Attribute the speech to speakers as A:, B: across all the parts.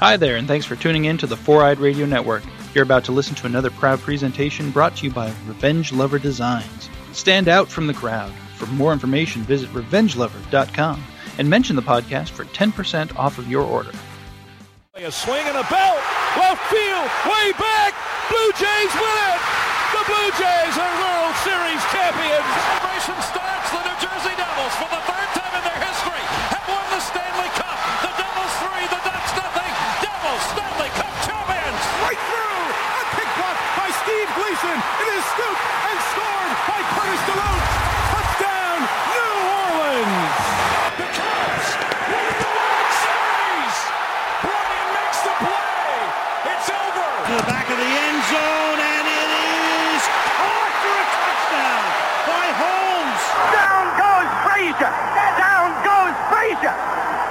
A: Hi there, and thanks for tuning in to the Four Eyed Radio Network. You're about to listen to another proud presentation brought to you by Revenge Lover Designs. Stand out from the crowd. For more information, visit revengelover.com and mention the podcast for 10% off of your order.
B: A swing and a belt. Left field. Way back. Blue Jays win it. The Blue Jays are World Series champions.
C: Celebration starts. The New Jersey Devils, for the third time in their history, have won the Stanley Cup. The Devils three. The Ducks nothing. Devils Stanley Cup champions.
D: Right through. A pick block by Steve Gleason. It is scooped and scored by Curtis DeLoach. Touchdown, New Orleans.
C: The Cubs win the World Series. Bryant makes the play. It's over.
E: to the back of the end zone, and it is caught for a touchdown by Holmes.
F: Down goes Frazier! Down goes Frazier!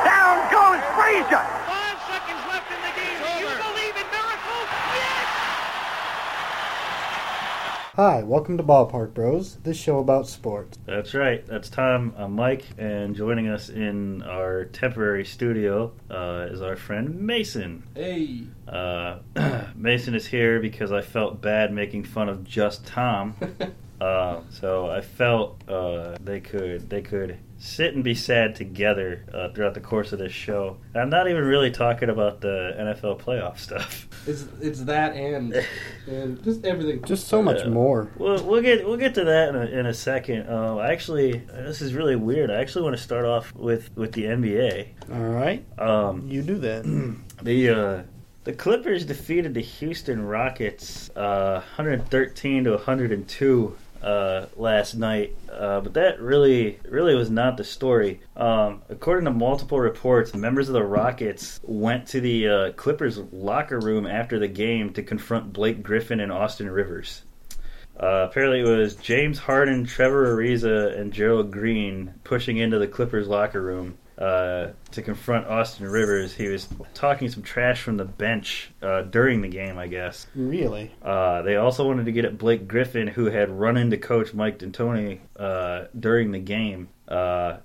F: Down goes Frazier!
E: Five seconds left in the game. Do you believe in miracles? Yes!
G: Hi, welcome to Ballpark Bros, the show about sports.
H: That's right. That's Tom. I'm Mike, and joining us in our temporary studio uh, is our friend Mason. Hey. Uh, Mason is here because I felt bad making fun of just Tom, uh, so I felt uh, they could they could sit and be sad together uh, throughout the course of this show. And I'm not even really talking about the NFL playoff stuff.
I: It's it's that and and just everything.
G: Just so much
H: Yeah.
G: more.
H: We'll, we'll get we'll get to that in a, in a second. Um, I actually, this is really weird. I actually want to start off with with the NBA.
G: All right,
H: Um,
G: you do that.
H: The uh, the Clippers defeated the Houston Rockets uh, 113 to 102 uh, last night, uh, but that really really was not the story. Um, according to multiple reports, members of the Rockets went to the uh, Clippers locker room after the game to confront Blake Griffin and Austin Rivers. Uh, apparently, it was James Harden, Trevor Ariza, and Gerald Green pushing into the Clippers locker room uh, to confront Austin Rivers. He was talking some trash from the bench uh, during the game, I guess.
G: really?
H: Uh, they also wanted to get at Blake Griffin, who had run into Coach Mike D'Antoni uh, during the game. Uh,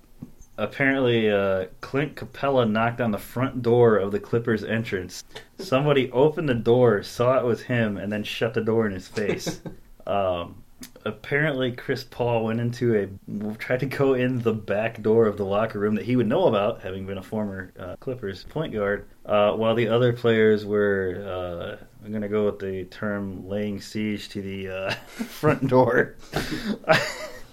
H: apparently, uh, Clint Capella knocked on the front door of the Clippers' entrance. Somebody opened the door, saw it was him, and then shut the door in his face. um, apparently, Chris Paul went into a tried to go in the back door of the locker room that he would know about, having been a former uh, Clippers point guard, uh, while the other players were. Uh, I'm gonna go with the term "laying siege to the uh, front door."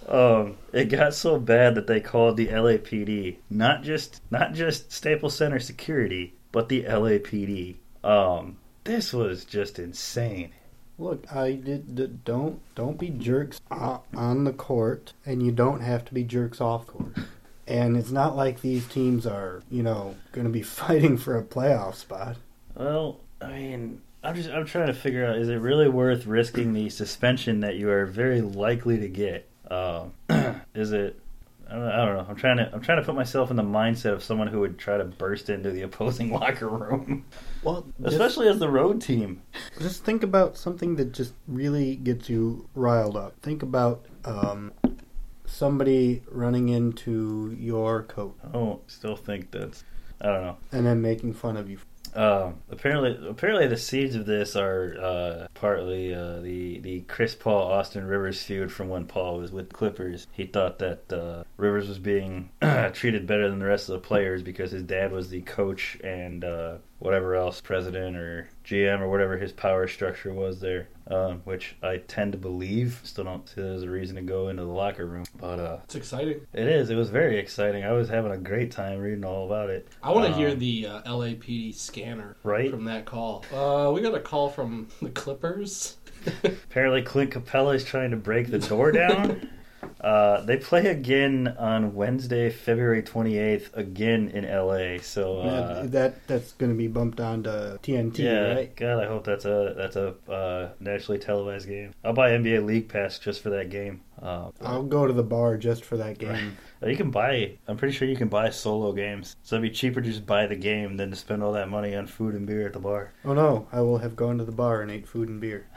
H: Um, it got so bad that they called the LAPD, not just not just Staples Center security, but the LAPD. Um, this was just insane.
G: Look, I did. D- don't don't be jerks o- on the court, and you don't have to be jerks off court. And it's not like these teams are, you know, going to be fighting for a playoff spot.
H: Well, I mean, I'm just I'm trying to figure out is it really worth risking the suspension that you are very likely to get? Um, is it? I don't, I don't know. I'm trying to I'm trying to put myself in the mindset of someone who would try to burst into the opposing locker room,
G: Well,
H: especially as the road team.
G: Just think about something that just really gets you riled up. Think about um, somebody running into your coat
H: I don't still think that's I don't know.
G: and then making fun of you.
H: Um, apparently, apparently, the seeds of this are uh, partly uh, the the Chris Paul Austin Rivers feud from when Paul was with Clippers. He thought that uh, Rivers was being treated better than the rest of the players because his dad was the coach and uh, whatever else, president or GM or whatever his power structure was there. Um, which I tend to believe. Still don't see there's a reason to go into the locker room, but uh,
I: It's exciting.
H: it is. It was very exciting. I was having a great time reading all about it.
I: I want to
H: Um,
I: hear the uh, LAPD scanner
H: Right?
I: from that call. Uh, we got a call from the Clippers.
H: Apparently, Clint Capella is trying to break the door down. uh, they play again on Wednesday, February 28th, again in LA. So,
G: Yeah,
H: uh,
G: that that's going to be bumped onto TNT,
H: yeah,
G: right?
H: God, I hope that's a that's a uh, nationally televised game. I'll buy NBA League Pass just for that game. Uh,
G: I'll go to the bar just for that game.
H: you can buy. I'm pretty sure you can buy solo games. So it'd be cheaper to just buy the game than to spend all that money on food and beer at the bar.
G: oh no, I will have gone to the bar and ate food and beer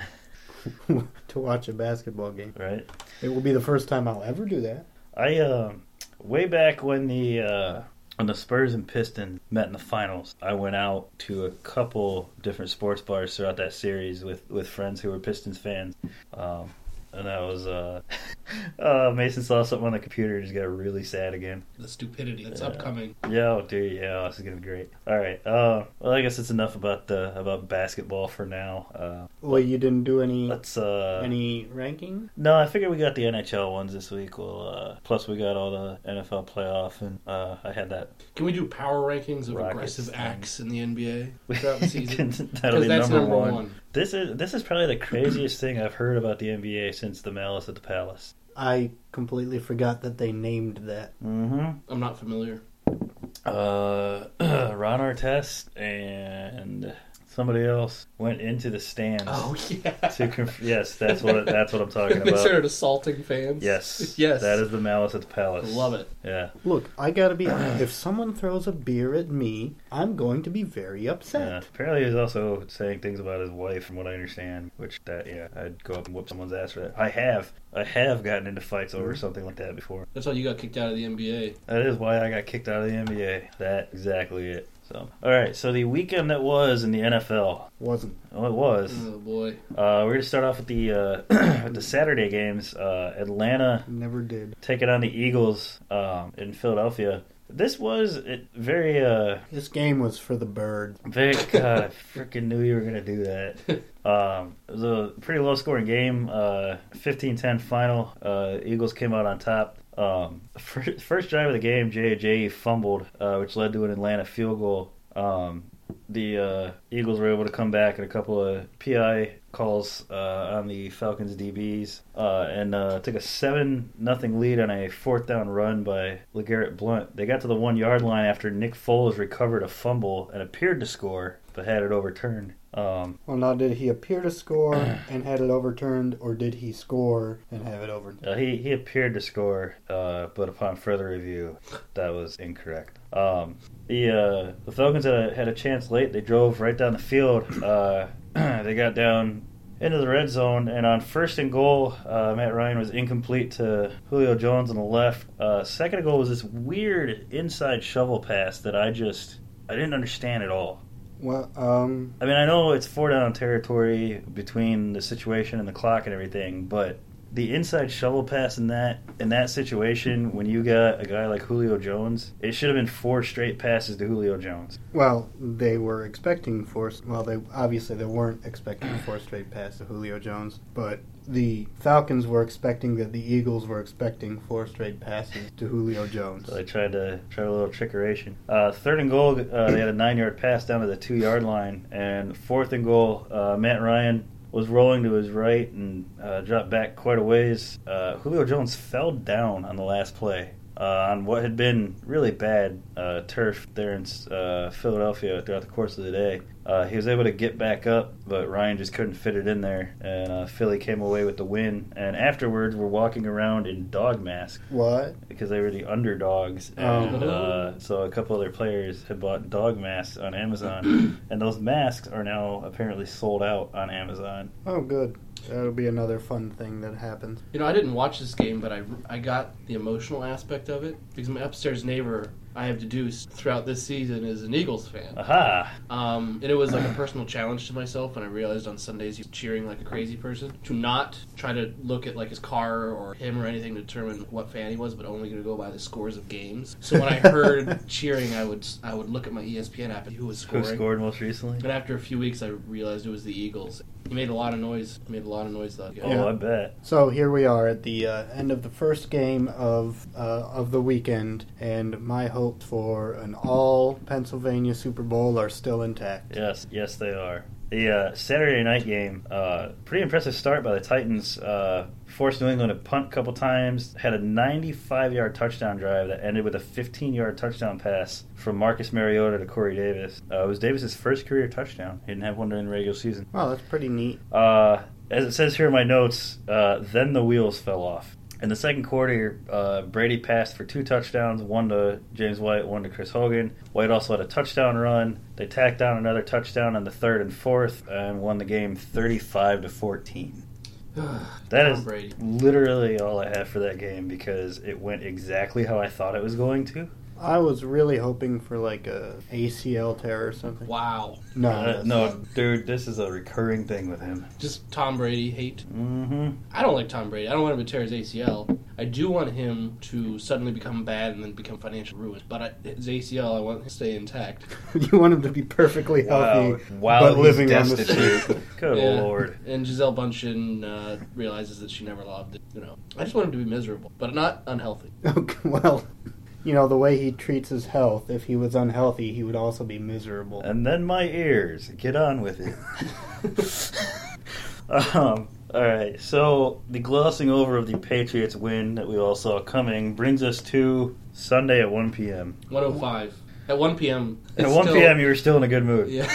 G: to watch a basketball game.
H: Right.
G: It will be the first time I'll ever do that.
H: I um way back when the uh, when the Spurs and Pistons met in the finals, I went out to a couple different sports bars throughout that series with, with friends who were Pistons fans. Um, and that was uh, uh, Mason saw something on the computer and just got really sad again.
I: The stupidity that's upcoming.
H: Yeah, oh, dude, yeah, this is gonna be great. All right, uh, well, I guess it's enough about the about basketball for now. Uh,
G: Well, you didn't do any
H: let's uh,
G: any ranking.
H: No, I figured we got the NHL ones this week. Well, uh, plus we got all the NFL playoff, and uh, I had that.
I: Can we do power rankings of
H: Rockets
I: aggressive
H: and-
I: acts in the NBA throughout the season?
H: That'll be
I: Because that's
H: number,
I: number
H: one.
I: one.
H: This is this is probably the craziest thing I've heard about the NBA since the Malice at the Palace.
G: I completely forgot that they named that.
H: Mm-hmm.
I: I'm not familiar.
H: Uh, Ron Artest and somebody else went into the stands.
I: Oh yeah.
H: To conf- yes, that's what that's what I'm talking
I: they
H: about.
I: started assaulting fans.
H: Yes.
I: Yes.
H: That is the malice at the
I: I
H: palace.
I: love it.
H: Yeah.
G: Look, I gotta be. if someone throws a beer at me, I'm going to be very
H: yeah.
G: upset.
H: Apparently, he's also saying things about his wife, from what I understand. Which that, yeah, I'd go up and whoop someone's ass for that. I have, I have gotten into fights over something like that before.
I: That's how you got kicked out of the NBA.
H: That is why I got kicked out of the NBA. That exactly it. So, all right. So the weekend that was in the NFL.
G: Wasn't.
H: Oh, it was.
D: Mm-hmm.
I: Oh boy.
H: Uh, we're gonna start off with the uh, with the Saturday games. Uh, Atlanta
G: Never did.
H: taking on the Eagles um, in Philadelphia. This was it, very uh,
G: This game was for the bird.
H: Vic, God, I freaking knew you were going to do that. Um, it was a pretty low scoring game, uh, 15-10 final. Uh, Eagles came out on top. Um, first, first drive of the game, J.J. fumbled, uh, which led to an Atlanta field goal. Um, the uh, Eagles were able to come back in a couple of PI calls uh, on the Falcons DBs uh, and uh, took a seven nothing lead on a fourth down run by Legarrette Blunt. They got to the one yard line after Nick Foles recovered a fumble and appeared to score, but had it overturned. Um,
G: Well, now did he appear to score and had it overturned, or did he score and have it overturned?
H: Uh, he he appeared to score, uh, but upon further review, that was incorrect. Um, the uh, the Falcons had a, had a chance late. They drove right down the field. Uh, they got down into the red zone, and on first and goal, uh, Matt Ryan was incomplete to Julio Jones on the left. Uh, second and goal was this weird inside shovel pass that I just I didn't understand at all.
G: Well, um,
H: I mean, I know it's four down territory between the situation and the clock and everything, but the inside shovel pass in that in that situation, when you got a guy like Julio Jones, it should have been four straight passes to Julio Jones.
G: well, they were expecting four. Well, they obviously they weren't expecting four straight passes to Julio Jones, but the Falcons were expecting that the Eagles were expecting four straight passes to Julio Jones.
H: So they tried to try a little trickeration. Uh, third and goal, uh, they had a nine yard pass down to the two yard line, and fourth and goal, uh, Matt Ryan was rolling to his right and uh, dropped back quite a ways. Uh, Julio Jones fell down on the last play. Uh, on what had been really bad uh, turf there in uh, Philadelphia throughout the course of the day. Uh, he was able to get back up, but Ryan just couldn't fit it in there, and uh, Philly came away with the win. And afterwards, we're walking around in dog masks
G: What?
H: because they were the underdogs, and uh, so a couple other players had bought dog masks on Amazon, and those masks are now apparently sold out on Amazon.
G: Oh, good. That'll be another fun thing that happens.
I: You know, I didn't watch this game, but I, I got the emotional aspect of it because my upstairs neighbor, I have deduced throughout this season, is an Eagles fan.
H: Aha!
I: Um, and it was like a personal challenge to myself when I realized on Sundays he's cheering like a crazy person to not try to look at like his car or him or anything to determine what fan he was, but only going to go by the scores of games. So when I heard cheering, I would I would look at my E ESPN app and who was
H: Who
I: scoring.
H: scored most recently?
I: And after a few weeks, I realized it was the Eagles. He made a lot of noise. He made a lot of noise that game.
H: Oh, I bet.
G: So here we are at the uh, end of the first game of uh, of the weekend, and my hopes for an all Pennsylvania Super Bowl are still intact.
H: Yes, yes, they are. The uh, Saturday night game, uh, pretty impressive start by the Titans. Uh, forced New England to punt a couple times. Had a 95-yard touchdown drive that ended with a 15-yard touchdown pass from Marcus Mariota to Corey Davis. Uh, it was Davis's first career touchdown. He didn't have one during the regular season.
G: Wow, that's pretty neat.
H: Uh, as it says here in my notes, uh, then the wheels fell off. In the second quarter, uh, Brady passed for two touchdowns, one to James White, one to Chris Hogan. White also had a touchdown run. They tacked down another touchdown on the third and fourth, and won the game thirty-five to fourteen. That
I: Tom
H: is
I: Brady.
H: literally all I have for that game because it went exactly how I thought it was going to.
G: I was really hoping for like a ACL tear or something.
I: Wow.
G: No,
H: Uh,
G: that's
H: no,
G: not-
H: dude, this is a recurring thing with him.
I: Just Tom Brady hate.
H: Mm-hmm.
I: I don't like Tom Brady. I don't want him to tear his ACL. I do want him to suddenly become bad and then become financial ruin. But I, his ACL, I want him to stay intact.
G: you want him to be perfectly
H: Wow,
G: healthy,
H: wow,
G: but
H: he's
G: living on the street.
H: destitute. Good
I: Yeah.
H: Oh, lord.
I: And Giselle Bundchen uh, realizes that she never loved it. You know, I just want him to be miserable, but not unhealthy.
G: Okay, Oh, well, you know the way he treats his health. If he was unhealthy, he would also be miserable.
H: And then my ears. Get on with it. um, all right. So the glossing over of the Patriots win that we all saw coming brings us to Sunday at 1 p.m.
I: 105 at 1 p.m.
H: At
I: it's
H: 1
I: still-
H: p.m., you were still in a good mood.
I: Yeah.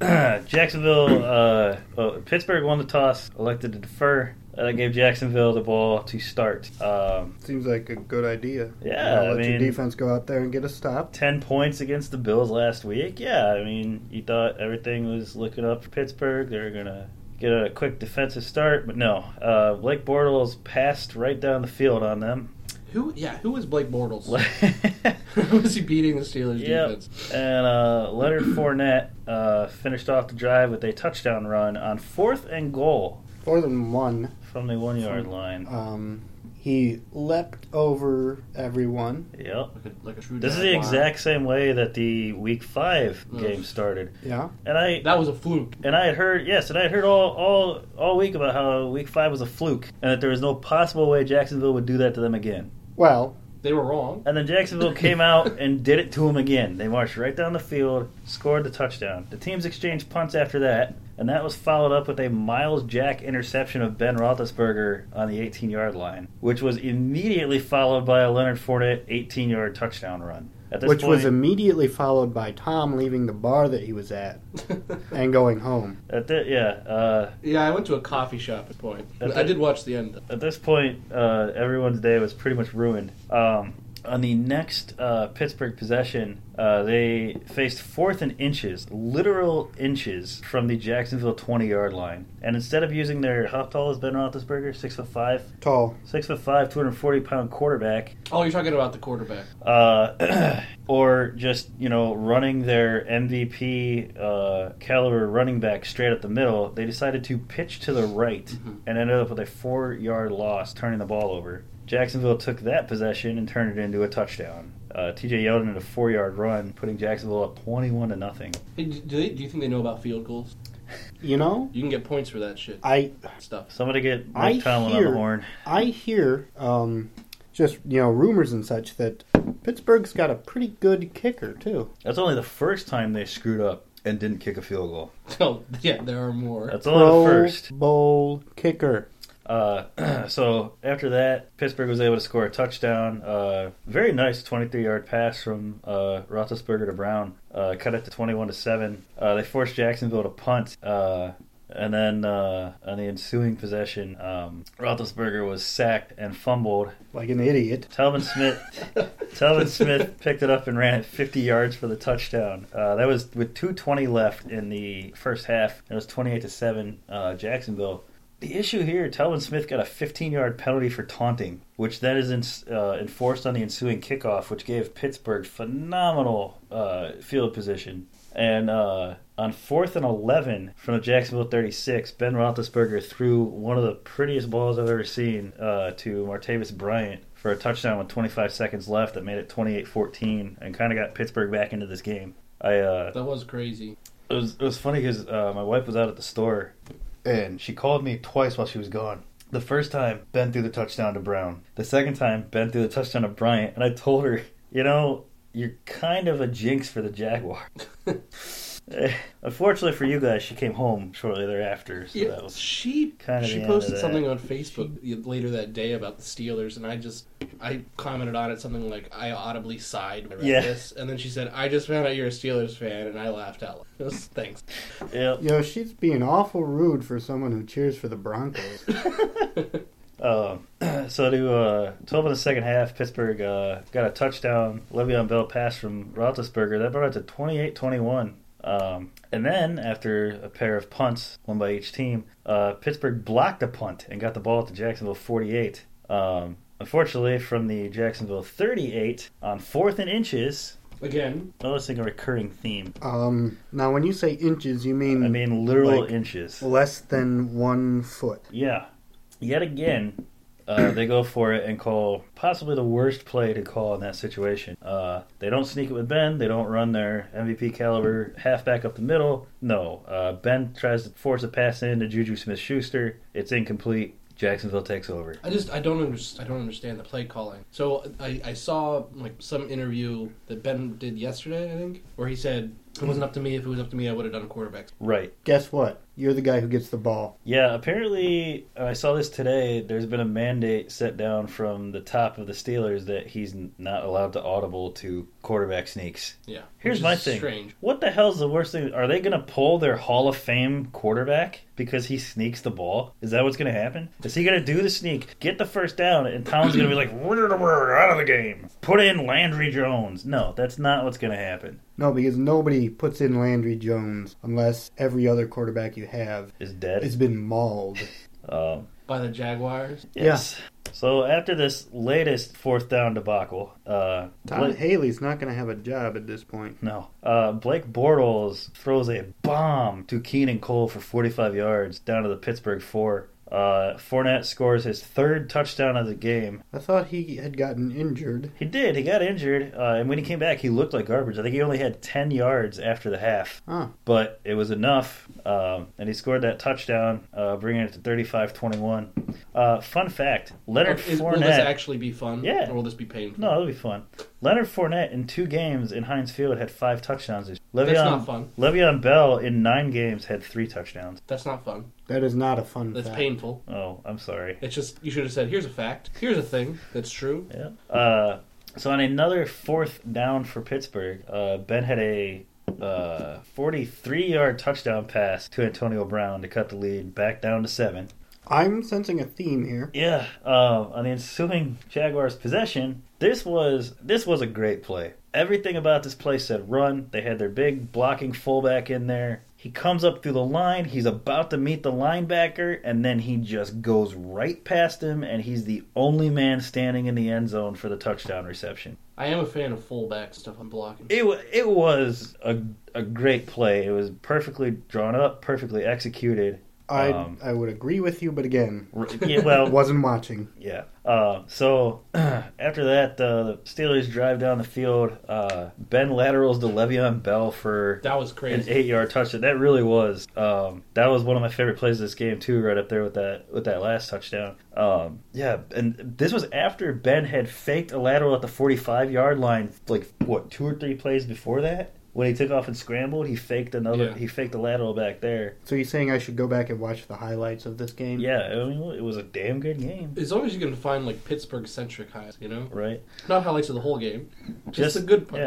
H: Jacksonville, uh, oh, Pittsburgh won the toss, elected to defer. Uh, That gave Jacksonville the ball to start. Um,
G: Seems like a good idea.
H: Yeah,
G: You know,
H: I
G: let your
H: mean-
G: defense go out there and get a stop.
H: 10 points against the Bills last week. Yeah, I mean, you thought everything was looking up for Pittsburgh. They were going to get a quick defensive start, but no. Uh, Blake Bortles passed right down the field on them.
I: who? Yeah. Who is Blake Bortles? Who is he beating the Steelers
H: Yep.
I: defense?
H: And uh, Leonard Fournette uh, finished off the drive with a touchdown run on fourth and goal
G: More than one.
H: from the one yard line.
I: uh,
G: Um, he leapt over everyone.
H: Yep.
I: Like a, like a true.
H: This is the
I: Jaguar.
H: exact same way that the week five
I: Mm.
H: game started.
G: Yeah.
H: And I
I: That was a fluke.
H: and I had heard yes, and I had heard all, all all week about how week five was a fluke and that there was no possible way Jacksonville would do that to them again.
G: Well,
I: They were wrong.
H: And then Jacksonville came out and did it to them again. They marched right down the field, scored the touchdown. The teams exchanged punts after that, and that was followed up with a Miles Jack interception of Ben Roethlisberger on the 18 yard line, which was immediately followed by a Leonard Fournette 18 yard touchdown run. At this
G: which was
H: point-
G: immediately followed by Tom leaving the bar that he was at and going home.
H: At the, yeah, uh,
I: Yeah, I went to a coffee shop at point.
H: That's
I: I
H: it.
I: did watch the end.
H: at this point, uh, everyone's day was pretty much ruined. Um, on the next uh, Pittsburgh possession, uh, they faced fourth and inches, literal inches, from the Jacksonville 20 yard line. And instead of using their, how tall is Ben Roethlisberger? Six foot five?
G: Tall.
H: Six foot five, 240 pound quarterback,
I: Oh, you're talking about the quarterback.
H: uh, or just you know running their MVP uh, caliber running back straight up the middle, they decided to pitch to the right
G: Mm-hmm.
H: and ended up with a four yard loss, turning the ball over. Jacksonville took that possession and turned it into a touchdown. Uh, TJ Yeldon had a four yard run, putting Jacksonville up twenty one to nothing.
I: Hey, Do, do they, do you think they know about field goals?
G: You know,
I: You can get points for that shit
G: I
I: stuff.
H: Somebody get
G: I
H: Mike Tomlin on
G: hear-
H: the horn.
G: I hear um, just you know rumors and such that Pittsburgh's got a pretty good kicker too.
H: That's only the first time they screwed up and didn't kick a field goal.
I: So yeah, there are more.
H: That's only Oh, the first.
G: Bowl kicker.
H: Uh, so after that, Pittsburgh was able to score a touchdown. Uh, very nice 23-yard pass from uh, Roethlisberger to Brown, uh, cut it to 21 to seven. Uh, they forced Jacksonville to punt. Uh, and then uh, on the ensuing possession, um, Roethlisberger was sacked and fumbled.
G: Like an idiot.
H: Talvin Smith, Talvin Smith picked it up and ran it 50 yards for the touchdown. Uh, that was with 2:20 left in the first half. It was 28 to seven, uh, Jacksonville. The issue here, Talvin Smith got a 15-yard penalty for taunting, which then is in, uh, enforced on the ensuing kickoff, which gave Pittsburgh phenomenal uh, field position. And uh, on fourth and 11 from the Jacksonville 36, Ben Roethlisberger threw one of the prettiest balls I've ever seen uh, to Martavis Bryant for a touchdown with 25 seconds left that made it 28-14 and kind of got Pittsburgh back into this game. I uh,
I: That was crazy.
H: it was it was funny because uh, my wife was out at the store and she called me twice while she was gone. The first time, Ben threw the touchdown to Brown. The second time, Ben threw the touchdown to Bryant, and I told her, you know, you're kind of a jinx for the Jaguar. Eh, Unfortunately for you guys, she came home shortly thereafter, so that was
I: she
H: kinda the
I: she
H: end
I: posted
H: of that.
I: something on Facebook later that day about the Steelers, and I just I commented on it something like I audibly sighed. When I read
H: Yeah.
I: This, and then she said, "I just found out you're a Steelers fan," and I laughed out. loud. It was- Thanks.
H: yep.
G: You know, she's being awful rude for someone who cheers for the Broncos.
H: Um, so to uh, 12 in the second half, Pittsburgh uh, got a touchdown. Le'Veon Bell pass from Roethlisberger. That brought it to 28-21. Um, and then, after a pair of punts, one by each team, uh, Pittsburgh blocked a punt and got the ball to Jacksonville 48. Um, Unfortunately, from the Jacksonville 38 on fourth and inches,
I: Again,
H: noticing a recurring theme.
G: Um, now, when you say inches, you mean,
H: I mean, literal
G: Um, Like-
H: inches.
G: less than one foot.
H: Yeah. Yet again, uh, they go for it and call possibly the worst play to call in that situation. Uh, they don't sneak it with Ben. They don't run their MVP caliber halfback up the middle. No. Uh, ben tries to force a pass in to Juju Smith Schuster. It's incomplete. Jacksonville takes over.
I: I just I don't understand. I don't understand the play calling. So I, I saw like some interview that Ben did yesterday, I think, where he said it wasn't up to me. If it was up to me, I would have done quarterbacks.
H: Right.
G: Guess what? You're the guy who gets the ball.
H: Yeah, apparently, uh, I saw this today. There's been a mandate set down from the top of the Steelers that he's n- not allowed to audible to quarterback sneaks.
I: Yeah.
H: Here's
I: Which is
H: my thing.
I: Strange.
H: What the hell's the worst thing? Are they going to pull their Hall of Fame quarterback because he sneaks the ball? Is that what's going to happen? Is he going to do the sneak, get the first down, and Tom's going to be like, "Rrr, rrr, out of the game? Put in Landry Jones. No, that's not what's going to happen.
G: No, because nobody puts in Landry Jones unless every other quarterback you have
H: Is dead.
G: has been mauled.
H: um,
I: By the Jaguars.
H: yes. So after this latest fourth down debacle, uh,
G: Todd
H: Blake-
G: Haley's not going to have a job at this point.
H: No. Uh, Blake Bortles throws a bomb to Keenan Cole for 45 yards down to the Pittsburgh four. Uh, Fournette scores his third touchdown of the game.
G: I thought he had gotten injured.
H: He did. He got injured, uh, and when he came back, he looked like garbage. I think he only had 10 yards after the half,
G: Huh.
H: but it was enough, um, and he scored that touchdown, uh, bringing it to 35-21. Uh, fun fact: Leonard
I: Is-
H: Fournette.
I: will this actually be fun?
H: Yeah.
I: Or will this be painful?
H: No, that'll be fun. Leonard Fournette in two games in Heinz Field had five touchdowns. Le'Veon,
I: not fun.
H: Le'Veon Bell in nine games had three touchdowns.
I: That's not fun.
G: That is not a fun
I: That's
G: fact.
I: painful.
H: Oh, I'm sorry.
I: It's just you should have said, "Here's a fact. Here's a thing that's true."
H: Yeah. Uh, so on another fourth down for Pittsburgh, uh, Ben had a uh, 43-yard touchdown pass to Antonio Brown to cut the lead back down to seven.
G: I'm sensing a theme here.
H: Yeah. Uh, on the ensuing Jaguars possession, this was this was a great play. Everything about this play said run. They had their big blocking fullback in there. He comes up through the line. He's about to meet the linebacker, and then he just goes right past him, and he's the only man standing in the end zone for the touchdown reception.
I: I am a fan of fullback stuff. I'm blocking.
H: It wa- it was a a great play. It was perfectly drawn up, perfectly executed.
G: I
H: Um,
G: I would agree with you, but again,
H: R- Yeah, well,
G: wasn't watching.
H: Yeah. Uh, so after that, uh, the Steelers drive down the field. Uh, ben laterals to Le'Veon Bell for
I: that was
H: an
I: crazy.
H: eight-yard touchdown. That really was. Um, that was one of my favorite plays of this game too. Right up there with that with that last touchdown. Um, yeah, and this was after Ben had faked a lateral at the 45-yard line, like what two or three plays before that. When he took off and scrambled, he faked another.
I: Yeah.
H: He faked a lateral back there.
G: So you're saying I should go back and watch the highlights of this game?
H: Yeah, I mean, it was a damn good game,
I: As long as you can find like Pittsburgh centric highlights, you know,
H: right?
I: not highlights of the whole game, just, the good parts.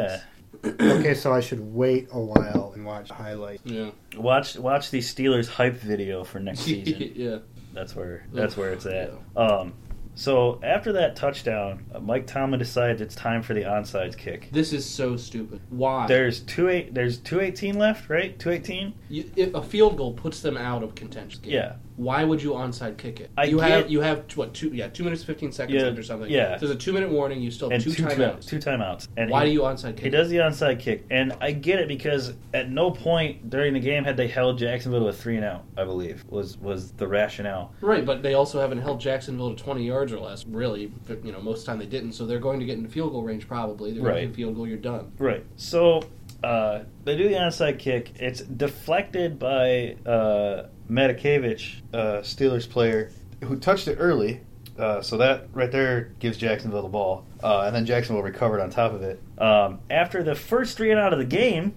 H: Yeah.
G: Okay, so I should wait a while and watch the highlights.
I: Yeah.
H: Watch watch the Steelers hype video for next season.
I: yeah.
H: that's where that's where it's at. Um, so after that touchdown, uh, Mike Tomlin decides it's time for the onside kick.
I: This is so stupid. Why?
H: There's two eight. There's two eighteen left, right? Two eighteen.
I: You, if a field goal puts them out of contention. game,
H: Yeah.
I: Why would you onside kick it?
H: I
I: you
H: get-
I: have you have what two? Yeah, two minutes fifteen seconds
H: Yeah,
I: left or something.
H: yeah.
I: There's a two minute warning. You still have
H: And
I: two,
H: two
I: timeouts.
H: timeouts. Two timeouts. And
I: Why
H: he-
I: do you onside kick?
H: He
I: it?
H: does the onside kick, and I get it because at no point during the game had they held Jacksonville to a three and out. I believe was was the rationale.
I: Right, but they also haven't held Jacksonville to 20 yards or less, really. but, You know, most of the time they didn't, so they're going to get into field goal range probably. They're going
H: Right.
I: to get field goal, you're done.
H: Right. So uh, they do the onside kick. It's deflected by uh, Matakevich, uh, Steelers player, who touched it early. Uh, so that right there gives Jacksonville the ball, uh, and then Jacksonville recovered on top of it. Um, after the first three and out of the game,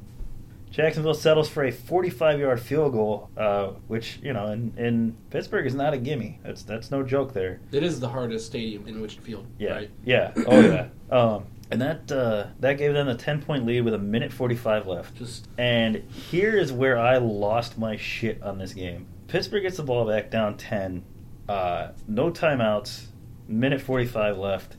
H: Jacksonville settles for a 45-yard field goal, uh, which you know in, in Pittsburgh is not a gimme. That's that's no joke there.
I: It is the hardest stadium in which to field,
H: Yeah.
I: right?
H: Yeah. Oh yeah. Um, and that uh, that gave them a ten point lead with a minute forty five left.
I: Just
H: And here is where I lost my shit on this game. Pittsburgh gets the ball back down ten. Uh, no timeouts. Minute forty five left.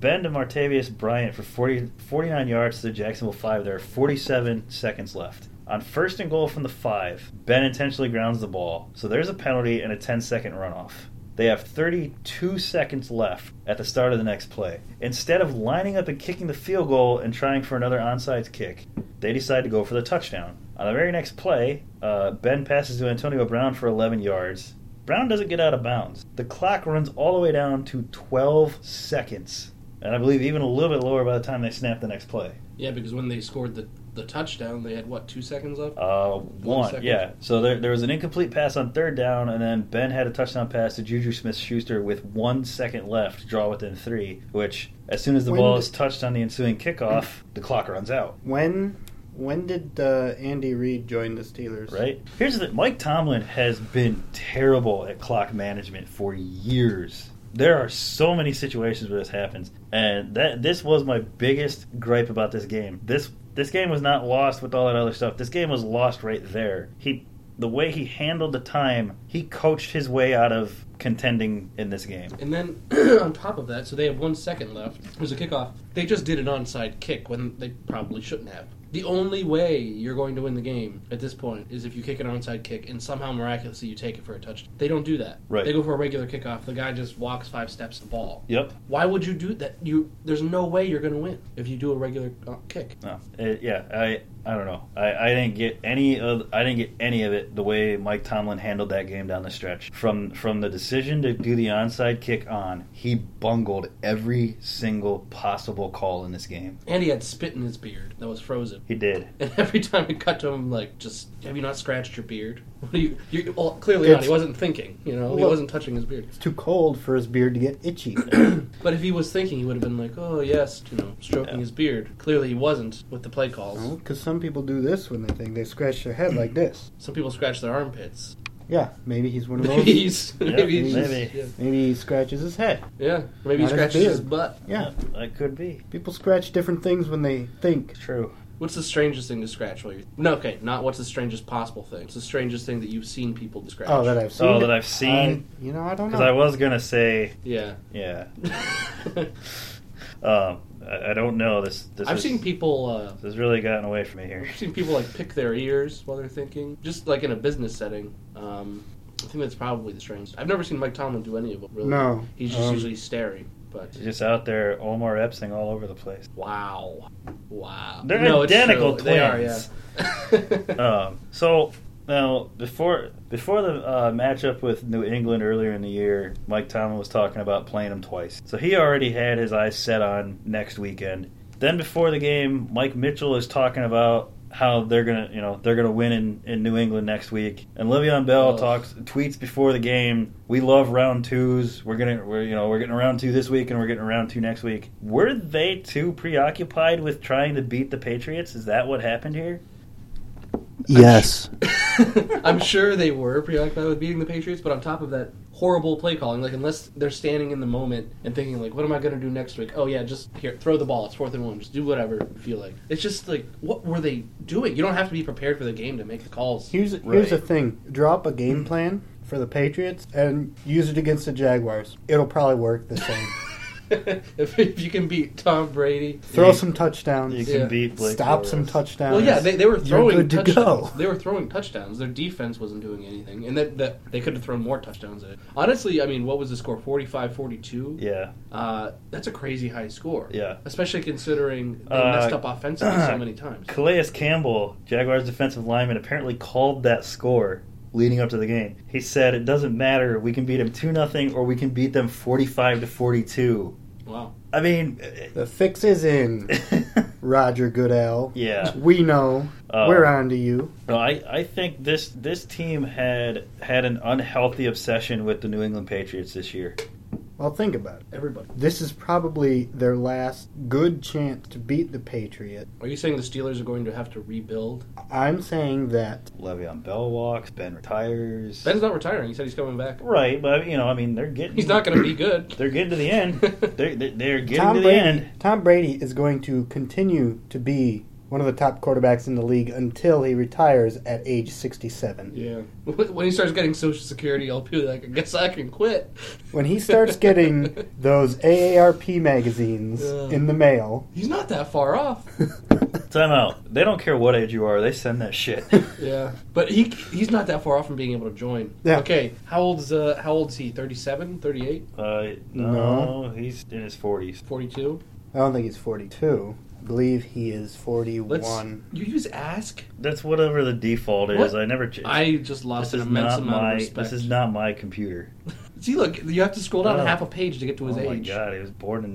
H: Ben to Martavius Bryant for 40, 49 yards to the Jacksonville five. There are forty seven seconds left. On first and goal from the five, Ben intentionally grounds the ball, so there's a penalty and a 10 second runoff. They have 32 seconds left at the start of the next play. Instead of lining up and kicking the field goal and trying for another onside kick, they decide to go for the touchdown. On the very next play, uh, Ben passes to Antonio Brown for 11 yards. Brown doesn't get out of bounds. The clock runs all the way down to 12 seconds. And I believe even a little bit lower by the time they snap the next play.
I: Yeah, because when they scored the, the touchdown, they had what two seconds left.
H: Uh, one,
I: second.
H: yeah. So there, there was an incomplete pass on third down, and then Ben had a touchdown pass to Juju Smith-Schuster with one second left to draw within three. Which, as soon as the
G: When
H: ball
G: did-
H: is touched on the ensuing kickoff, the clock runs out.
G: When when did uh, Andy Reid join the Steelers?
H: Right? Here's the thing: Mike Tomlin has been terrible at clock management for years. There are so many situations where this happens, and that this was my biggest gripe about this game. This this game was not lost with all that other stuff. This game was lost right there. He the way he handled the time, he coached his way out of contending in this game.
I: And then on top of that, so they have one second left. There's a kickoff. They just did an onside kick when they probably shouldn't have. The only way you're going to win the game at this point is if you kick an onside kick and somehow miraculously you take it for a touchdown. They don't do that.
H: Right.
I: They go for a regular kickoff. The guy just walks five steps to the ball.
H: Yep.
I: Why would you do that? You there's no way you're going to win if you do a regular uh, kick.
H: No, It- yeah, I I don't know. I, I didn't get any of I didn't get any of it the way Mike Tomlin handled that game down the stretch. From from the decision to do the onside kick on, he bungled every single possible call in this game.
I: And he had spit in his beard that was frozen.
H: He did.
I: And every time it cut to him, like, just have you not scratched your beard? What do you? you well, clearly not.
G: It's-
I: He wasn't thinking. You know, he
G: Well-
I: wasn't touching his beard.
G: It's too cold for his beard to get itchy.
I: But if he was thinking, he would have been like, "Oh yes," you know, stroking his beard. Clearly, he wasn't with the play calls.
G: Because some people do this when they think they scratch their head like this.
I: Some people scratch their armpits.
G: Yeah, maybe he's one of
I: Maybe
G: those.
I: he's, maybe, he's just-
H: maybe.
I: yeah,
G: Maybe he scratches his head.
I: yeah.
G: Not
I: Maybe he
G: his
I: scratches his
G: beard.
I: butt.
G: Yeah,
H: That could be
G: people scratch different things when they think.
H: true.
I: What's the strangest thing to scratch while you're? No, okay, not what's the strangest possible thing. It's the strangest thing that you've seen people scratch.
G: Oh, that I've seen.
H: Oh, that I've seen.
G: I- you know, I don't know.
H: Because I was gonna say,
I: yeah.
H: yeah. Um, I, I don't know. This this
I: I've
H: is-
I: seen people. Uh,
H: This has really gotten away from me here.
I: I've seen people like pick their ears while they're thinking, just like in a business setting. Um, I think that's probably the strangest. I've never seen Mike Tomlin do any of it. Really,
G: No,
I: He's just
G: um,
I: usually staring. But
H: Just out there, Omar Epsing all over the place.
I: Wow. Wow.
H: They're
I: it's true.
H: identical
I: They are,
H: twins.
I: yeah.
H: Um, so now before before the uh, matchup with New England earlier in the year, Mike Tomlin was talking about playing them twice. So he already had his eyes set on next weekend. Then before the game, Mike Mitchell is talking about how they're gonna you know they're gonna win in, in New England next week. And Le'Veon Bell
I: Oh.
H: talks tweets before the game, we love round twos. We're gonna we're you know we're getting a round two this week and we're getting a round two next week. Were they too preoccupied with trying to beat the Patriots? Is that what happened here?
G: Yes.
I: I'm sure they were preoccupied with beating the Patriots, but on top of that, horrible play calling. Like, unless they're standing in the moment and thinking, like, what am I going to do next week? Oh, yeah, just here, throw the ball. It's fourth and one. Just do whatever you feel like. It's just like, what were they doing? You don't have to be prepared for the game to make the calls.
G: Here's
H: Right.
G: here's the thing. Drop a game plan for the Patriots and use it against the Jaguars. It'll probably work the same.
I: if, if you can beat Tom Brady.
G: Throw some touchdowns.
H: You can
I: Yeah.
H: beat Blake
G: stop
H: Bortles.
G: some touchdowns.
I: Well, yeah, they, they were
G: You're
I: throwing
G: good to
I: touchdowns.
G: go.
I: They were throwing touchdowns. Their defense wasn't doing anything, and that, that they could have thrown more touchdowns at it. Honestly, I mean, what was the score? 45-42?
H: Yeah.
I: Uh, that's a crazy high score.
H: Yeah.
I: Especially considering they
H: Uh,
I: messed up offensively so many times.
H: Calais Campbell, Jaguars defensive lineman, apparently called that score leading up to the game. He said, "It doesn't matter. We can beat them two nothing, or we can beat them forty-five to forty-two.
I: Wow.
H: I mean,
G: The fix is in, Roger Goodell.
H: yeah.
G: We know.
H: Uh,
G: We're on to you.
H: No, I, I think this this team had had an unhealthy obsession with the New England Patriots this year.
G: Well, think about it.
I: Everybody.
G: This is probably their last good chance to beat the Patriots.
I: Are you saying the Steelers are going to have to rebuild?
G: I'm saying that
H: Le'Veon Bell walks, Ben retires.
I: Ben's not retiring. He said he's coming back.
H: right, but you know, I mean, they're getting
I: He's not going to be good.
H: They're getting to the end. They're they're getting
G: Tom
H: to the
G: Brady,
H: end.
G: Tom Brady is going to continue to be one of the top quarterbacks in the league until he retires at age 67.
I: Yeah. When he starts getting Social Security, I'll be like, I guess I can quit.
G: When he starts getting those AARP magazines
I: Yeah.
G: in the mail,
I: He's not that far off.
H: Time out. They don't care what age you are. They send that shit.
I: Yeah, but he he's not that far off from being able to join.
G: Yeah.
I: Okay, how old's uh, how old's he? 37, 38,
H: Uh, no, he's in his forties.
I: 42?
G: I don't think he's 42. I believe he is 41.
I: Let's you use ask.
H: That's whatever the default is.
I: What?
H: I never. Ch-
I: I just lost
H: This
I: an
H: is
I: immense
H: not
I: amount of
H: my.
I: respect.
H: This is not my computer.
I: See, look, you have to scroll down
H: Oh.
I: half a page to get to his
H: oh my
I: age.
H: god, he was born in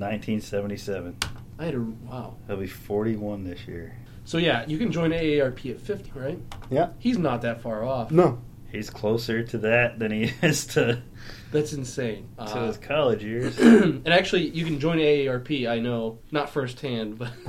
H: 1977.
I: I had a wow.
H: He'll be 41 this year.
I: So yeah, you can join AARP at 50, right?
G: Yeah.
I: He's not that far off.
G: No.
H: He's closer to that than he is to, to
I: That's insane. Uh,
H: his college years.
I: and actually, you can join AARP. I know, not firsthand, but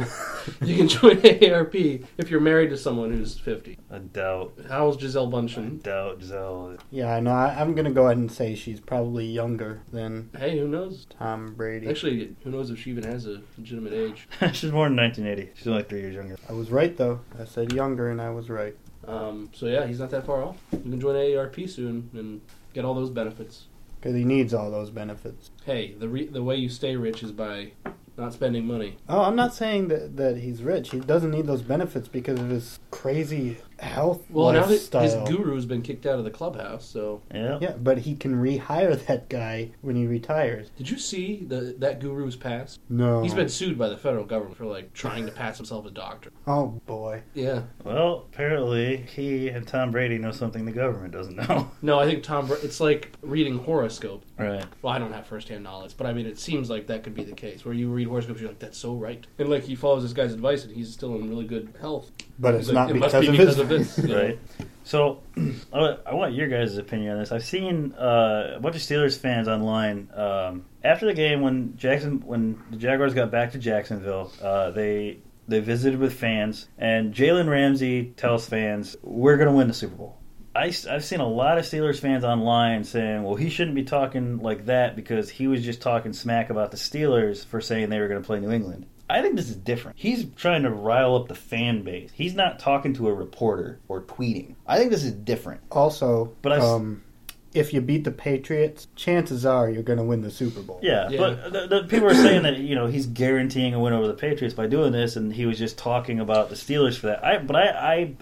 I: you can join AARP if you're married to someone who's 50.
H: I doubt.
I: How's Giselle
H: I
I: Bundchen?
H: doubt Zell.
G: Yeah, no, I, I'm going to go ahead and say she's probably younger than
I: Hey, who knows?
G: Tom Brady.
I: Actually, who knows if she even has a legitimate age?
H: She's born in 1980. She's only three years younger.
G: I was right, though. I said younger, and I was right.
I: Um, so yeah, he's not that far off. You can join AARP soon and get all those benefits.
G: Because he needs all those benefits.
I: Hey, the re- the way you stay rich is by not spending money.
G: Oh, I'm not saying that, that he's rich. He doesn't need those benefits because of his crazy health
I: Well, now that
G: lifestyle.
I: his guru's been kicked out of the clubhouse, so
H: Yeah.
G: yeah, but he can rehire that guy when he retires.
I: did you see the that guru's past?
G: No.
I: He's been sued by the federal government for like trying to pass himself a doctor.
G: Oh, boy.
I: Yeah.
H: Well, apparently he and Tom Brady know something the government doesn't know.
I: No, I think Tom. Bra- it's like reading horoscope.
H: Right.
I: Well, I don't have firsthand knowledge, but I mean, it seems like that could be the case. Where you read horoscopes, you're like, "That's so right," and like he follows this guy's advice, and he's still in really good health.
G: But
I: He's
G: it's
I: like,
G: not
I: it
G: because,
I: must be
G: of
I: because
G: his...
I: of this, you know?
H: Right. So, I wa- I want your guys' opinion on this. I've seen uh, a bunch of Steelers fans online um, after the game when Jackson, when the Jaguars got back to Jacksonville, uh, they they visited with fans, and Jalen Ramsey tells fans, "We're going to win the Super Bowl." I, have seen a lot of Steelers fans online saying, well, he shouldn't be talking like that because he was just talking smack about the Steelers for saying they were going to play New England. I think this is different. He's trying to rile up the fan base. He's not talking to a reporter or tweeting. I think this is different.
G: Also,
H: But I've-
G: um, if you beat the Patriots, chances are you're going to win the Super Bowl.
H: Yeah,
I: Yeah.
H: but the, the people are saying that you know he's guaranteeing a win over the Patriots by doing this, and he was just talking about the Steelers for that. I, but I,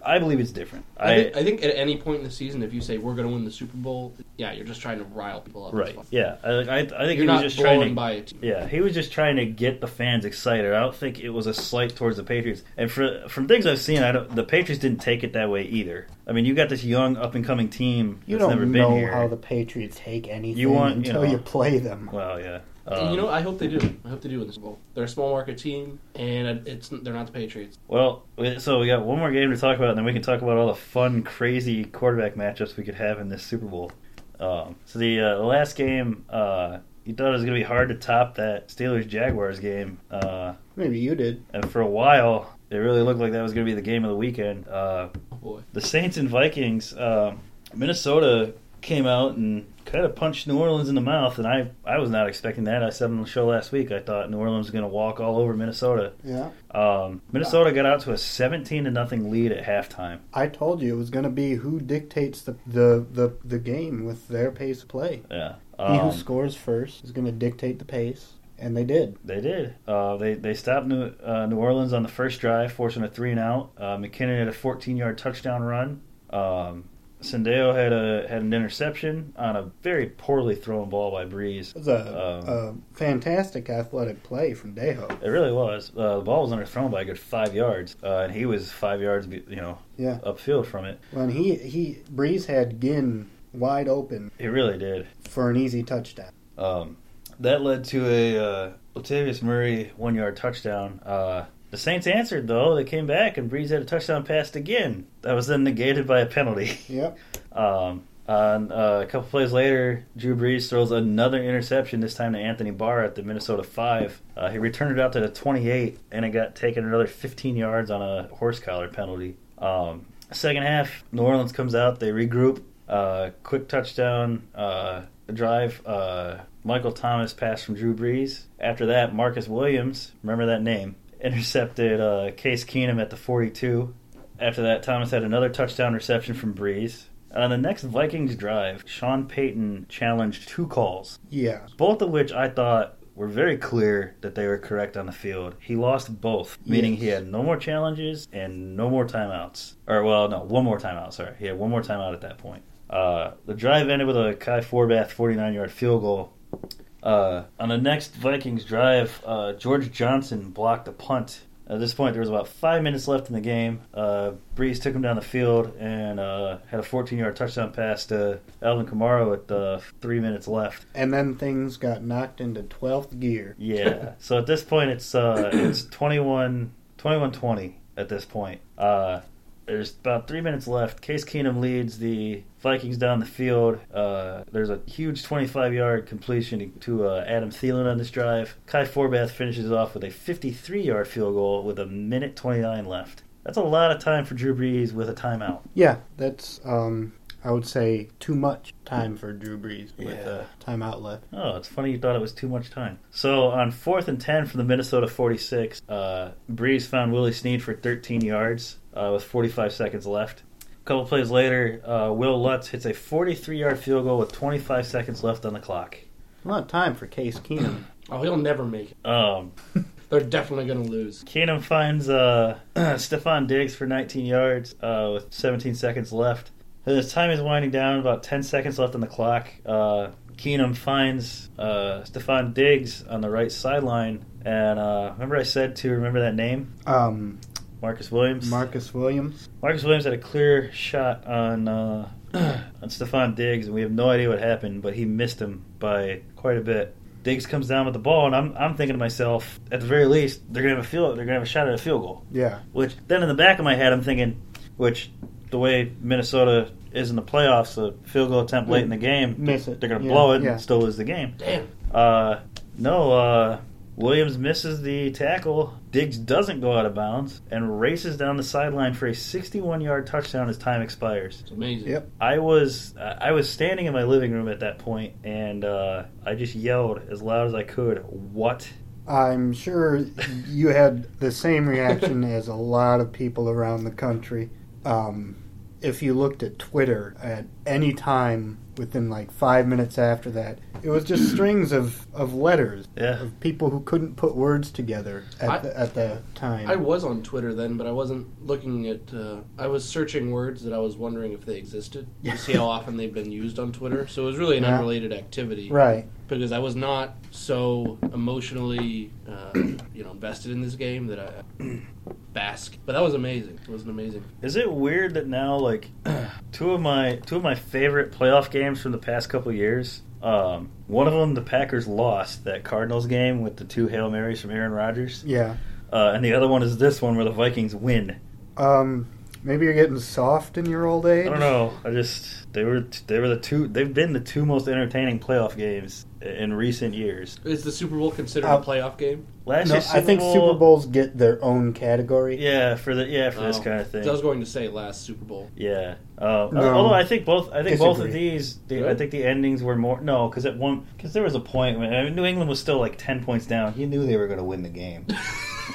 H: I, I believe it's different.
I: I, think, I think at any point in the season, if you say we're going to win the Super Bowl, yeah, you're just trying to rile people up.
H: right? Yeah, I, I, I think
I: You're
H: he
I: not
H: was just
I: blown
H: trying to
I: by a team.
H: Yeah, he was just trying to get the fans excited. I don't think it was a slight towards the Patriots. And for, from things I've seen, I don't, the Patriots didn't take it that way either. I mean, you got this young up and coming team that's
G: You don't
H: never
G: know
H: been here.
G: how the Patriots take anything
H: want, you
G: until
H: know-
G: you play them.
H: Well, yeah.
I: And
H: Um,
I: you know, I hope they do. I hope they do win the Super Bowl. They're a small market team, and it's they're not the Patriots.
H: well, we- so we got one more game to talk about, and then we can talk about all the fun, crazy quarterback matchups we could have in this Super Bowl. Um, so the, uh, the last game, uh, you thought it was going to be hard to top that Steelers Jaguars game. Uh,
G: Maybe you did.
H: and for a while, it really looked like that was going to be the game of the weekend. Uh,
I: Oh boy,
H: the Saints and Vikings, uh, Minnesota came out and kind of punched New Orleans in the mouth, and I, I was not expecting that. I said on the show last week, I thought New Orleans was going to walk all over Minnesota.
G: Yeah.
H: Um, Minnesota got out to a 17 to nothing lead at halftime.
G: I told you it was going to be who dictates the, the, the, the game with their pace of play.
H: Yeah.
G: he who
H: Um,
G: scores first is going to dictate the pace, and they did.
H: They did. Uh, they they stopped New, uh, New Orleans on the first drive, forcing a three and out. Uh, McKinnon had a 14 yard touchdown run. Um, Sendeo had a had an interception on a very poorly thrown ball by Breeze.
G: It was a,
H: Um,
G: a fantastic athletic play from Dejo.
H: it really was. Uh, the ball was underthrown by a good five yards, uh, and he was five yards, be- you know,
G: Yeah.
H: upfield from it.
G: When he, he Breeze had Ginn wide open
H: He really did.
G: for an easy touchdown.
H: Um, that led to a uh, Latavius Murray one yard touchdown. Uh, the Saints answered though; they came back, and Breeze had a touchdown pass again. That was then negated by a penalty.
G: Yep.
H: Um, on, uh, a couple plays later, Drew Brees throws another interception, this time to Anthony Barr at the Minnesota 5. Uh, he returned it out to the 28, and it got taken another 15 yards on a horse collar penalty. Um, second half, New Orleans comes out, they regroup, uh, quick touchdown uh, drive. Uh, Michael Thomas passed from Drew Brees. After that, Marcus Williams, remember that name, intercepted uh, Case Keenum at the 42. After that, Thomas had another touchdown reception from Breeze. On the next Vikings drive, Sean Payton challenged two calls,
G: Yeah.
H: both of which I thought were very clear that they were correct on the field. He lost both, meaning he had no more challenges and no more timeouts. Or, well, no, one more timeout, sorry. He had one more timeout at that point. Uh, the drive ended with a Kai Forbath 49 yard field goal. Uh, on the next Vikings drive, uh, George Johnson blocked a punt. At this point, there was about five minutes left in the game. Uh, Breeze took him down the field and uh, had a 14 yard touchdown pass to Alvin Kamara with uh, three minutes left.
G: And then things got knocked into 12th gear.
H: Yeah. so at this point, it's uh, it's 21 20 at this point. Uh, there's about three minutes left. Case Keenum leads the Vikings down the field. Uh, there's a huge 25 yard completion to uh, Adam Thielen on this drive. Kai Forbath finishes off with a 53 yard field goal with a minute 29 left. That's a lot of time for Drew Brees with a timeout.
G: Yeah, that's, um, I would say, too much time for Drew Brees with
H: Yeah.
G: a timeout left.
H: Oh, it's funny you thought it was too much time. So on fourth and ten from the Minnesota 46, uh, Breeze found Willie Snead for 13 yards uh, with 45 seconds left. A couple plays later, uh, Will Lutz hits a 43-yard field goal with 25 seconds left on the clock.
G: A lot of time for Case Keenum.
I: Oh, he'll never make it.
H: Um,
I: They're definitely going to lose.
H: Keenum finds uh, Stephon Diggs for 19 yards uh, with 17 seconds left. And As time is winding down, about 10 seconds left on the clock, uh, Keenum finds uh, Stephon Diggs on the right sideline. And uh, remember, I said to remember that name?
G: um,
H: Marcus Williams.
G: Marcus Williams.
H: Marcus Williams had a clear shot on uh, on Stephon Diggs, and we have no idea what happened, but he missed him by quite a bit. Diggs comes down with the ball, and I'm, I'm thinking to myself, at the very least, they're gonna have a field, they're gonna have a shot at a field goal.
G: Yeah.
H: Which then in the back of my head, I'm thinking, which the way Minnesota is in the playoffs, a field goal attempt late in the game,
G: Miss it.
H: they're gonna
G: Yeah,
H: blow it
G: yeah.
H: and still lose the game.
I: Damn.
H: Uh, no, uh, Williams misses the tackle. Diggs doesn't go out of bounds and races down the sideline for a 61-yard touchdown as time expires.
I: It's amazing.
G: Yep.
H: I was I was standing in my living room at that point, and uh, I just yelled as loud as I could, "What?"
G: I'm sure you had the same reaction as a lot of people around the country. Um, if you looked at Twitter at any time within like five minutes after that, it was just strings of, of letters
H: Yeah.
G: of people who couldn't put words together at,
I: I-
G: the, at the time.
I: I was on Twitter then, but I wasn't looking at. Uh, I was searching words that I was wondering if they existed to see how often they've been used on Twitter. So it was really an
G: Yeah.
I: unrelated activity,
G: right.
I: Because I was not so emotionally, uh, you know, invested in this game that I bask. But that was amazing. It was an amazing.
H: Is it weird that now, like, two of my two of my favorite playoff games from the past couple years? Um, one of them, the Packers lost that Cardinals game with the two hail marys from Aaron Rodgers,
G: Yeah.
H: uh, and the other one is this one where the Vikings win.
G: Um, maybe you're getting soft in your old
H: I
G: age.
H: don't know. I just they were they were the two. They've been the two most entertaining playoff games in recent years.
I: Is the Super Bowl considered
G: Uh,
I: a playoff game?
H: Last
G: No,
H: year's
G: I think Super Bowls get their own category.
H: Yeah, for the yeah for this
I: Oh.
H: kind of thing.
I: I was going to say last Super Bowl.
H: Yeah. Uh,
G: No.
H: Although I think both, I think both of
G: Disagree.
H: these, the, I
I: Really?
H: think the endings were more no, because at one, because there was a point when I mean, New England was still like ten points down. You knew they were going to win the game.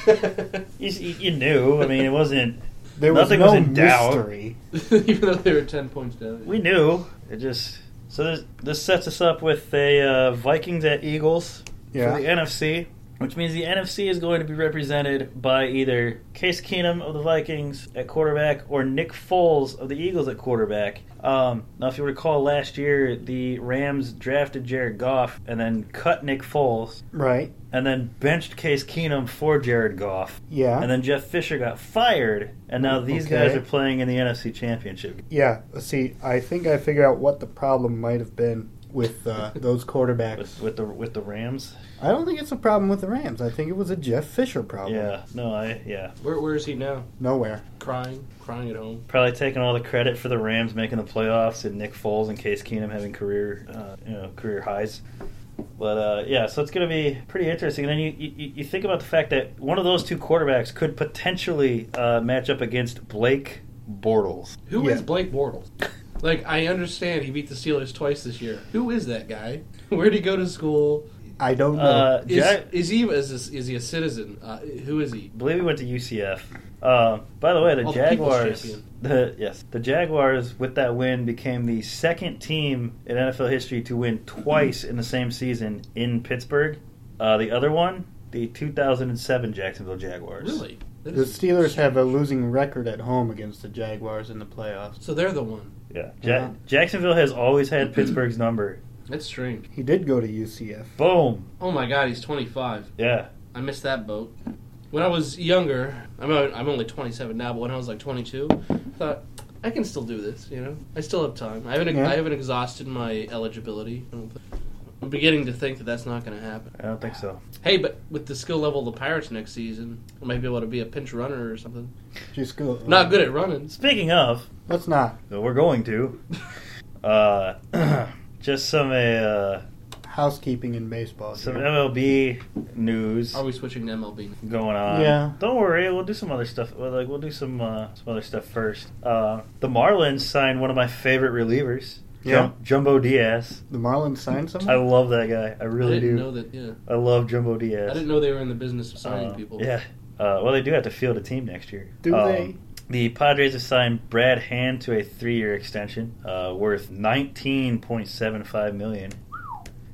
H: you, s- you knew. I mean, it wasn't.
G: There was
H: Nothing
G: no
H: was in doubt.
G: mystery.
I: Even though they were ten points down.
H: We knew. It just so this this sets us up with a uh, Vikings at Eagles
G: Yeah.
H: for the NFC. Which means the NFC is going to be represented by either Case Keenum of the Vikings at quarterback or Nick Foles of the Eagles at quarterback. Um, now, if you recall, last year the Rams drafted Jared Goff and then cut Nick Foles
G: Right.
H: and then benched Case Keenum for Jared Goff.
G: Yeah.
H: And then Jeff Fisher got fired, and now these
G: Okay.
H: guys are playing in the NFC Championship.
G: Yeah, see, I think I figured out what the problem might have been with uh, those quarterbacks.
H: With, with the with the Rams,
G: I don't think it's a problem with the Rams. I think it was a Jeff Fisher problem.
H: yeah, no, I yeah,
I: Where, where is he now?
G: Nowhere.
I: Crying, crying at home.
H: probably taking all the credit for the Rams making the playoffs and Nick Foles and Case Keenum having career, uh, you know, career highs. But uh, yeah, so it's going to be pretty interesting. And then you, you you think about the fact that one of those two quarterbacks could potentially uh, match up against Blake Bortles.
I: Who is
G: Yeah.
I: Blake Bortles? Like, I understand he beat the Steelers twice this year. Who is that guy? Where'd he go to school?
G: I don't know.
H: Uh,
I: Is,
H: Jack-
I: is he is, this, is he a citizen? Uh, who is he?
H: I believe he went to UCF. Uh, by the way, the
I: Oh, the
H: Jaguars,
I: People's
H: the yes, the Jaguars with that win became the second team in NFL history to win twice in the same season in Pittsburgh. Uh, the other one, the 2007 Jacksonville Jaguars.
I: Really? That
G: The
I: is-
G: Steelers have a losing record at home against the Jaguars in the playoffs.
I: So they're the one.
H: Yeah. Ja-
G: Yeah.
H: Jacksonville has always had Pittsburgh's number.
I: That's strange.
G: He did go to UCF.
H: Boom.
I: Oh my God, he's 25.
H: Yeah.
I: I missed that boat. When I was younger, I'm I'm only 27 now, but when I was like 22, I thought I can still do this. You know, I still have time. I haven't
G: Yeah.
I: I haven't exhausted my eligibility. I don't think- I'm beginning to think that that's not going to happen.
H: I don't think so.
I: Hey, but with the skill level of the Pirates next season, I might be able to be a pinch runner or something.
G: Just go.
I: Not good at running.
H: Speaking of,
G: Let's not.
H: though we're going to, uh, just some uh,
G: Housekeeping in baseball.
H: some
G: here.
H: MLB news
I: Are we switching to MLB?
H: going on.
G: Yeah.
H: Don't worry, we'll do some other stuff. Well, like we'll do some uh, some other stuff first. Uh, the Marlins signed one of my favorite relievers.
G: Yeah.
H: Jum- Jumbo Diaz.
G: The Marlins signed someone?
H: I love that guy. I
I: Mm-hmm. I
H: really
I: didn't
H: do.
I: know that. Yeah,
H: I love Jumbo Diaz.
I: I didn't know they were in the business of signing
H: Uh,
I: people.
H: Yeah. Uh, well, they do have to field a team next year.
G: Do
H: Um,
G: they?
H: The Padres have signed Brad Hand to a three-year extension, uh, worth nineteen point seven five million.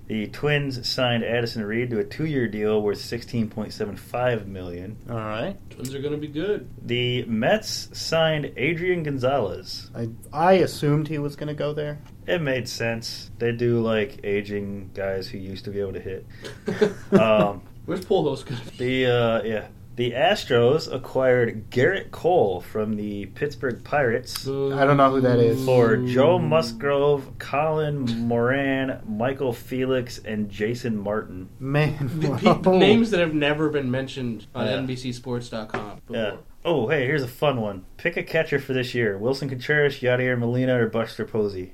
H: The Twins signed Addison Reed to a two-year deal worth sixteen point seven five million.
G: All right.
I: Twins are going to be good.
H: The Mets signed Adrian Gonzalez.
G: I, I assumed he was going to go there.
H: It made sense. They do like aging guys who used to be able to hit. Um,
I: Where's Pujols going?
H: The uh, yeah, the Astros acquired Garrett Cole from the Pittsburgh Pirates
G: I don't know who that is.
H: for Joe Musgrove, Colin Moran, Michael Felix, and Jason Martin.
G: Man.
I: The
G: whoa.
I: pe- names that have never been mentioned on
H: Yeah.
I: NBCSports.com before.
H: Yeah. Oh, hey, here's a fun one. Pick a catcher for this year: Wilson Contreras, Yadier Molina, or Buster Posey.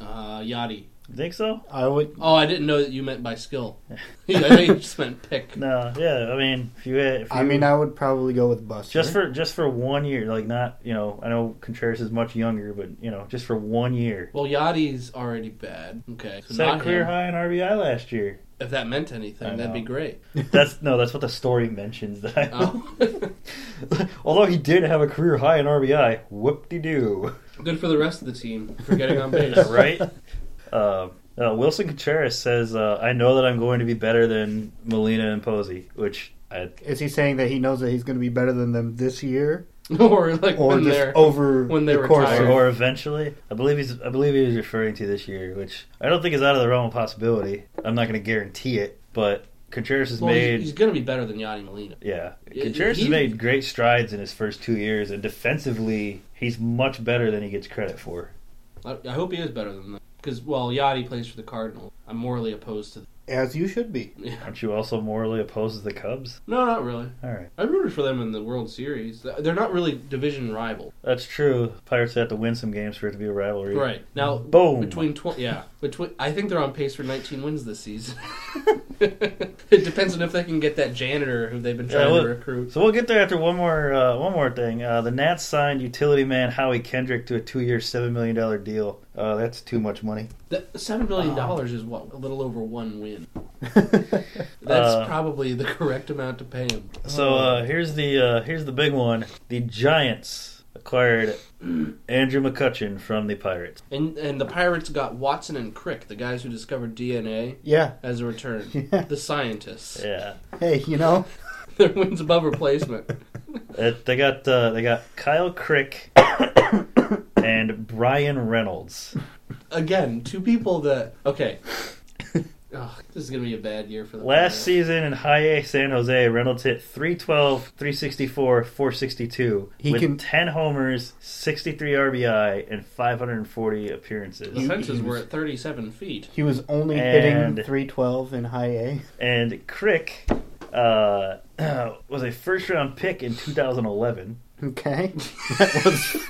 I: Uh, Yachty.
H: You think so?
G: I would.
I: Oh, I didn't know that you meant by skill. I thought you just meant pick.
H: No. Yeah. I mean, if you, if you
G: I mean, I would probably go with Buster.
H: just for just for one year, like not you know, I know Contreras is much younger, but you know, just for one year.
I: Well, Yachty's already bad. Okay, so
H: Set a
I: not
H: career
I: him.
H: high in RBI last year.
I: If that meant anything,
H: I
I: that'd be
H: know.
I: great.
H: That's no, that's what the story mentions. That I
I: Oh.
H: Although he did have a career high in RBI, whoop de doo,
I: good for the rest of the team for getting on base.
H: right? uh, uh, Wilson Contreras says, uh, "I know that I'm going to be better than Molina and Posey," which I,
G: Is he saying that he knows that he's going to be better than them this year,
I: or like
G: or
I: when
G: just
I: they're
G: over
I: when they
G: the course?
H: or,
I: retire.
G: of-
H: or eventually, I believe he's I believe he was referring to this year, which I don't think is out of the realm of possibility. I'm not going to guarantee it, but Contreras has
I: well, he's-
H: made.
I: he's going to be better than Yachty Molina.
H: Yeah,
I: Yeah,
H: Contreras
I: he-
H: has made great strides in his first two years, and defensively, he's much better than he gets credit for.
I: I, I hope he is better than them because well, Yachty plays for the Cardinals. I'm morally opposed to.
G: As you should be.
H: Aren't you also morally opposed to the Cubs?
I: No, not really.
H: All right,
I: I rooted for them in the World Series. They're not really division rival.
H: that's true. Pirates have to win some games for it to be a rivalry.
I: Right now,
H: Boom.
I: between twenty, yeah, between I think they're on pace for nineteen wins this season. it depends on if they can get that janitor who they've been
H: Yeah,
I: trying
H: well-
I: to recruit.
H: So we'll get there after one more uh, one more thing. Uh, the Nats signed utility man Howie Kendrick to a two year, seven million dollar deal. Uh, that's too much money.
I: That Seven million dollars is what a little over one win. That's
H: Uh,
I: probably the correct amount to pay him.
H: So uh, here's the uh, here's the big one. The Giants acquired Andrew McCutcheon from the Pirates.
I: And and the Pirates got Watson and Crick, the guys who discovered DNA,
G: Yeah.
I: as a return.
G: Yeah.
I: The scientists.
H: Yeah,
G: Hey, you know,
I: Their wins above replacement.
H: It, they got uh, they got Kyle Crick and Brian Reynolds.
I: Again, two people that okay. Ugh, this is gonna be a bad year for the
H: Last
I: Pirates.
H: season in High A San Jose, Reynolds hit 312, 364, 462
G: He
H: with
G: can-
H: 10 homers, 63 RBI, and 540 appearances.
G: Mm-hmm.
I: The fences were at 37 feet.
G: he was only
H: And-
G: hitting 312 in high A.
H: And Crick uh, was a first round pick in 2011.
G: Okay. That was,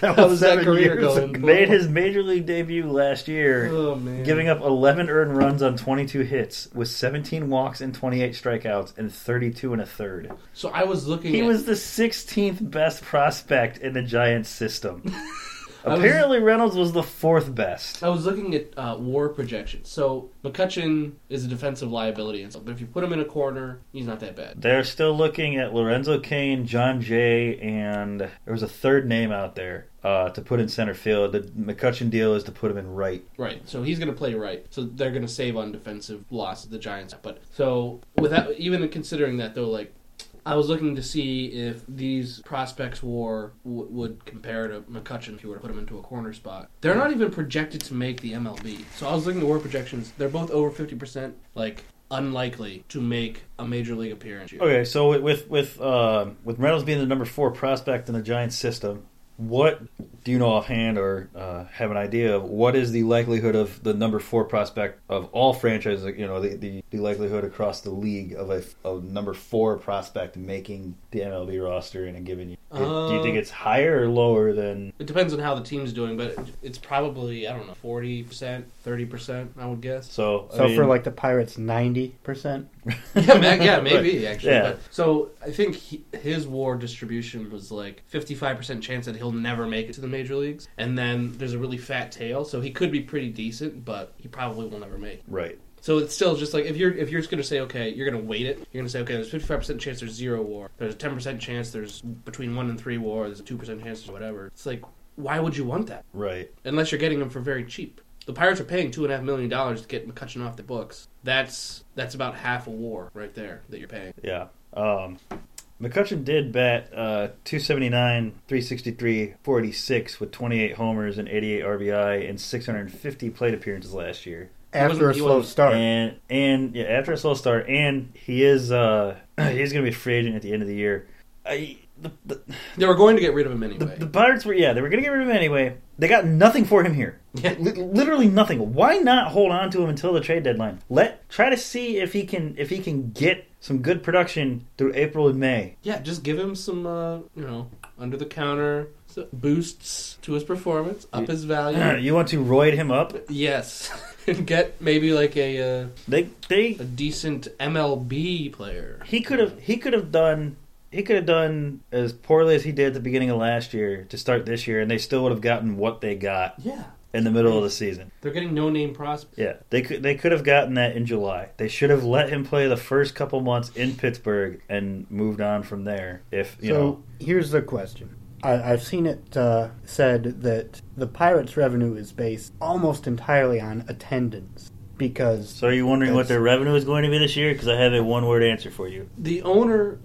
G: that
I: How's
G: was
I: that
G: seven
I: career
G: years
I: going?
G: ago.
H: Made his major league debut last year,
I: Oh, man.
H: giving up 11 earned runs on 22 hits with 17 walks and 28 strikeouts and 32 and a third.
I: So I was looking.
H: He
I: at,
H: was the 16th best prospect in the Giants system.
I: was-
H: Apparently, Reynolds was the fourth best.
I: I was looking at uh, WAR projections. So McCutcheon is a defensive liability, and stuff, but if you put him in a corner, he's not that bad.
H: They're still looking at Lorenzo Kane, John Jay, and there was a third name out there. uh, to put in center field. The McCutcheon deal is to put him in right.
I: Right. So he's going to play right. So they're going to save on defensive loss of the Giants. But so without even considering that though, like I was looking to see if these prospects war w- would compare to McCutcheon if you were to put him into a corner spot. They're not even projected to make the MLB. So I was looking at war projections. They're both over fifty percent. Like unlikely to make a major league appearance. Here.
H: Okay, so with with with, um with Reynolds being the number four prospect in the Giants system, what do you know offhand or uh, have an idea of what is the likelihood of the number four prospect of all franchises? You know, the, the, the likelihood across the league of a of number four prospect making the MLB roster in a given year. do you
I: Uh,
H: think
G: Um,
H: it's higher or lower than?
I: It depends on how the team's doing, but it's probably I don't know forty percent, thirty percent. I would guess.
H: So I
G: So for
H: mean,
G: like the Pirates, ninety percent.
I: yeah, ma- yeah, maybe actually.
H: Yeah.
I: But, so I think he, his WAR distribution was like 55% chance that he'll never make it to the major leagues, and then there's a really fat tail, so he could be pretty decent, but he probably will never make. it.
H: right.
I: So it's still just like if you're if you're just gonna say okay, you're gonna weight it. You're gonna say okay, there's 55% chance there's zero WAR, there's a 10% chance there's between one and three WAR, there's a two percent chance there's whatever. It's like why would you want that?
H: Right.
I: unless you're getting them for very cheap. The Pirates are paying two and a half million dollars to get McCutcheon off the books. That's that's about half a war right there that you're paying.
H: Yeah. Um, McCutcheon did bat uh, 279, 363, 486 with 28 homers and 88 RBI and 650 plate appearances last year.
G: After a
I: wasn't- he
G: slow
I: wasn't-
G: start,
H: And and yeah, after a slow start, and he is uh, he's going to be a free agent at the end of the year. I, the, the,
I: They were going to get rid of him
H: the,
I: anyway.
H: the Pirates were yeah they were going to get rid of him anyway. They got nothing for him here.
I: Yeah.
H: Li- literally nothing. Why not hold on to him until the trade deadline? Let try to see if he can if he can get some good production through April and May.
I: yeah, just give him some uh, you know under the counter boosts to his performance, up his value.
H: you want to roid him up?
I: yes, and get maybe like a uh,
H: They they
I: a decent MLB player.
H: he could have he could have done he could have done as poorly as he did at the beginning of last year to start this year, and they still would have gotten what they got
I: Yeah,
H: in the middle of the season.
I: they're getting no name prospects.
H: Yeah, they could they could have gotten that in July. They should have let him play the first couple months in Pittsburgh and moved on from there. If you
G: so
H: know,
G: here's the question. I, I've seen it uh, said that the Pirates' revenue is based almost entirely on attendance because
H: so are you wondering what their revenue is going to be this year? Because I have a one word answer for you.
I: The owner.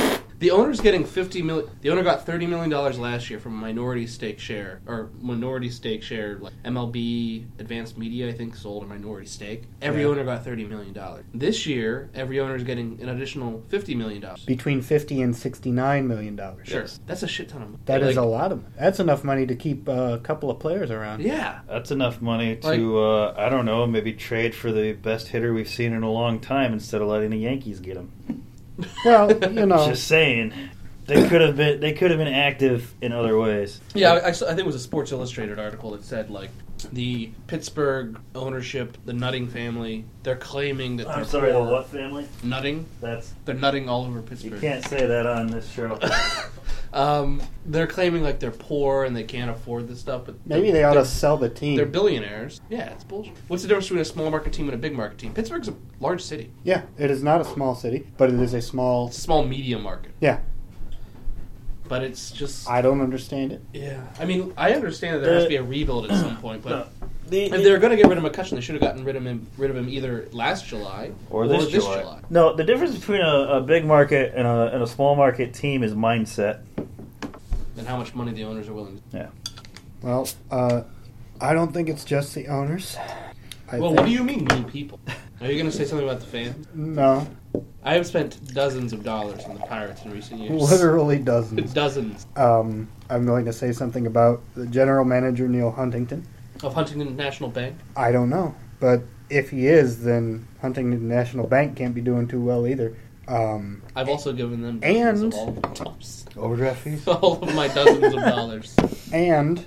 I: The owner's getting fifty million. The owner got thirty million dollars last year from a minority stake share or minority stake share. Like MLB Advanced Media, I think, sold a minority stake. Every owner got thirty million dollars. This year, every owner is getting an additional fifty million dollars.
G: between fifty and sixty-nine million dollars.
I: Sure, that's a shit ton of money.
G: That is
I: Like,
G: a lot of money. That's enough money to keep uh, a couple of players around.
I: Yeah,
H: That's enough money to uh, I don't know maybe trade for the best hitter we've seen in a long time instead of letting the Yankees get him.
G: Well, you know,
H: Just saying, they could have been they could have been active in other ways.
I: yeah. I, I saw- I think it was a Sports Illustrated article that said like the Pittsburgh ownership, the Nutting family, they're claiming that
H: I'm
I: they're
H: sorry, the
I: poor.
H: what family?
I: Nutting.
H: That's
I: They're nutting all over Pittsburgh.
H: you can't say that on this show.
I: Um, they're claiming like they're poor and they can't afford this stuff, but
G: maybe they ought to sell the team.
I: They're billionaires. Yeah, it's bullshit. What's the difference between a small market team and a big market team? Pittsburgh's a large city.
G: yeah, it is not a small city, but it is a small.
I: It's a small medium market,
G: Yeah,
I: but it's just
G: I don't understand it.
I: yeah. I mean, I understand that there has to be a rebuild at some point, but.
H: The-
I: If they were going to get rid of McCutcheon, they should have gotten rid of him, rid of him either last July
H: or this, July. No, the difference between a, a big market and a, and a small market team is mindset.
I: and how much money the owners are willing. to
H: Yeah.
G: Well, uh, I don't think it's just the owners. I
I: Well,
G: think-
I: what do you mean, new people? Are you going to say something about the fans?
G: No,
I: I have spent dozens of dollars on the Pirates in recent years.
G: literally dozens.
I: dozens
G: Um, I'm going to say something about the general manager Neil Huntington.
I: of Huntington National Bank.
G: I don't know, but if he is, then Huntington National Bank can't be doing too well either. Um,
I: I've also given them
G: And-
I: dozens of all of my dollars.
G: Overdraft fees.
I: all of my dozens of dollars.
G: And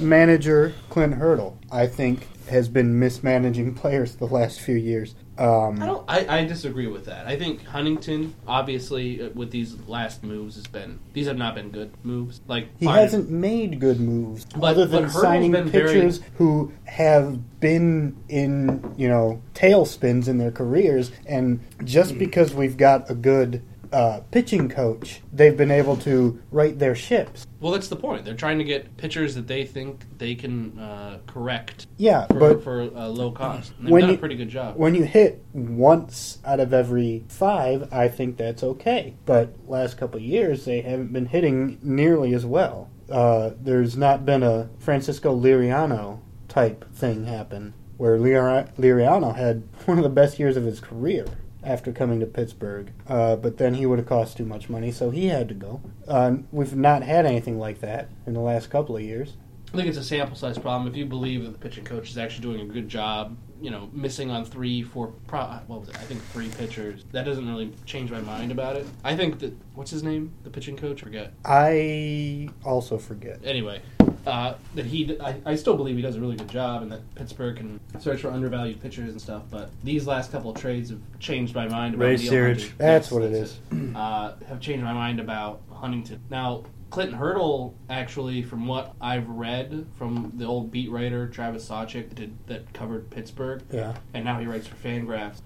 G: manager Clint Hurdle, I think, has been mismanaging players the last few years.
I: I
G: Um,
I: don't. I, I disagree with that. I think Huntington, obviously, uh, with these last moves, has been these have not been good moves. Like
G: he
I: fine.
G: hasn't made good moves
I: But-
G: other
I: but
G: than
I: Hurdle's
G: signing
I: been very-
G: pitchers who have been in, you know, tailspins in their careers. And just because we've got a good uh, pitching coach, they've been able to right their ships.
I: Well, that's the point. They're trying to get pitchers that they think they can uh, correct
G: Yeah,
I: for,
G: but
I: for uh, low cost. And they've
G: When
I: done a
G: you-
I: pretty good job.
G: when you hit once out of every five, I think that's okay. But last couple of years, they haven't been hitting nearly as well. Uh, there's not been a Francisco Liriano type thing happen where Lir- Liriano had one of the best years of his career after coming to Pittsburgh. Uh, but then he would have cost too much money, so he had to go. Uh, we've not had anything like that in the last couple of years.
I: I think it's a sample size problem. If you believe that the pitching coach is actually doing a good job, you know, missing on three, four, pro- what was it? I think three pitchers. That doesn't really change my mind about it. I think that what's his name, the pitching coach? Forget.
G: I also forget.
I: Anyway, uh, that he, I, I still believe he does a really good job, and that Pittsburgh can search for undervalued pitchers and stuff. But these last couple of trades have changed my mind about
H: Ray
I: Neil
H: Searage.
I: Hunter.
G: That's what it is.
I: it. Uh, have changed my mind about Huntington. Now, Clinton Hurdle, actually, from what I've read from the old beat writer Travis Sawchick that, did, that covered Pittsburgh,
G: Yeah.
I: and now he writes for Fangraphs.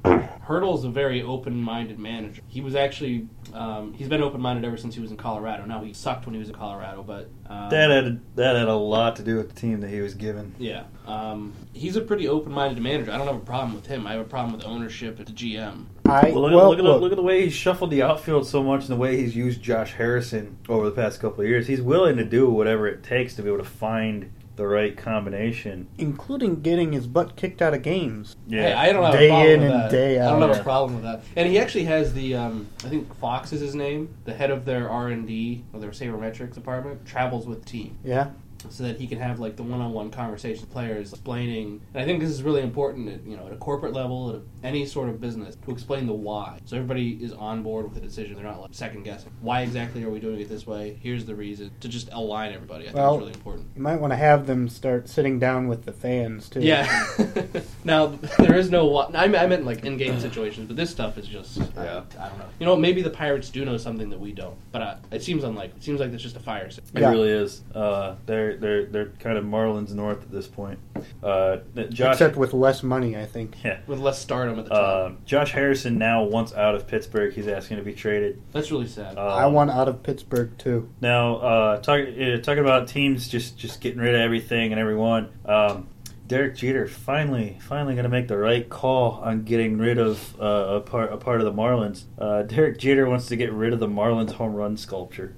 I: Hurdle's a very open-minded manager. He was actually um, he's been open-minded ever since he was in Colorado. Now he sucked when he was in Colorado, but um,
H: That had that had a lot to do with the team that he was given.
I: yeah, um, he's a pretty open-minded manager. I don't have a problem with him. I have a problem with ownership at the GM.
G: I
H: Well, look,
G: well,
H: look, at
G: look.
H: the, look at the way he shuffled the outfield so much, and the way he's used Josh Harrison over the past couple of years. He's willing to do whatever it takes to be able to find the right combination.
G: including getting his butt kicked out of games.
I: Hey, I don't have
G: Day
I: a problem
G: in
I: with
G: and
I: that.
G: day
I: I don't
G: out.
I: have a problem with that. And he actually has the, um, I think Fox is his name, the head of their R and D or their sabermetrics department, travels with the team
G: Yeah.
I: so that he can have like the one-on-one conversation with players, explaining. And I think this is really important, at, you know, at a corporate level, at any sort of business, to explain the why, so everybody is on board with the decision. They're not like second guessing. Why exactly are we doing it this way? Here's the reason to just align everybody. I think
G: Well-
I: it's really important.
G: You might want to have them start sitting down with the fans too.
I: Yeah. now there is no. wa- I mean, I meant like in-game situations, but this stuff is just. Yeah. I, don't know. You know, maybe the pirates do know something that we don't, but uh, it seems unlikely. It seems like it's just a fire. sale.
H: It
G: Yeah.
H: really is. Uh, they're they're they're kind of Marlins North at this point. Uh, that Josh,
G: Except with less money, I think.
H: yeah.
I: With less stardom at the top.
H: Uh, Josh Harrison now wants out of Pittsburgh. He's asking to be traded.
I: That's really sad.
H: Uh,
G: I want out of Pittsburgh too.
H: Now, uh, talk, uh, talking about teams just, just getting rid of everything and everyone. Um, Derek Jeter finally finally going to make the right call on getting rid of uh, a part a part of the Marlins. Uh, Derek Jeter wants to get rid of the Marlins home run sculpture.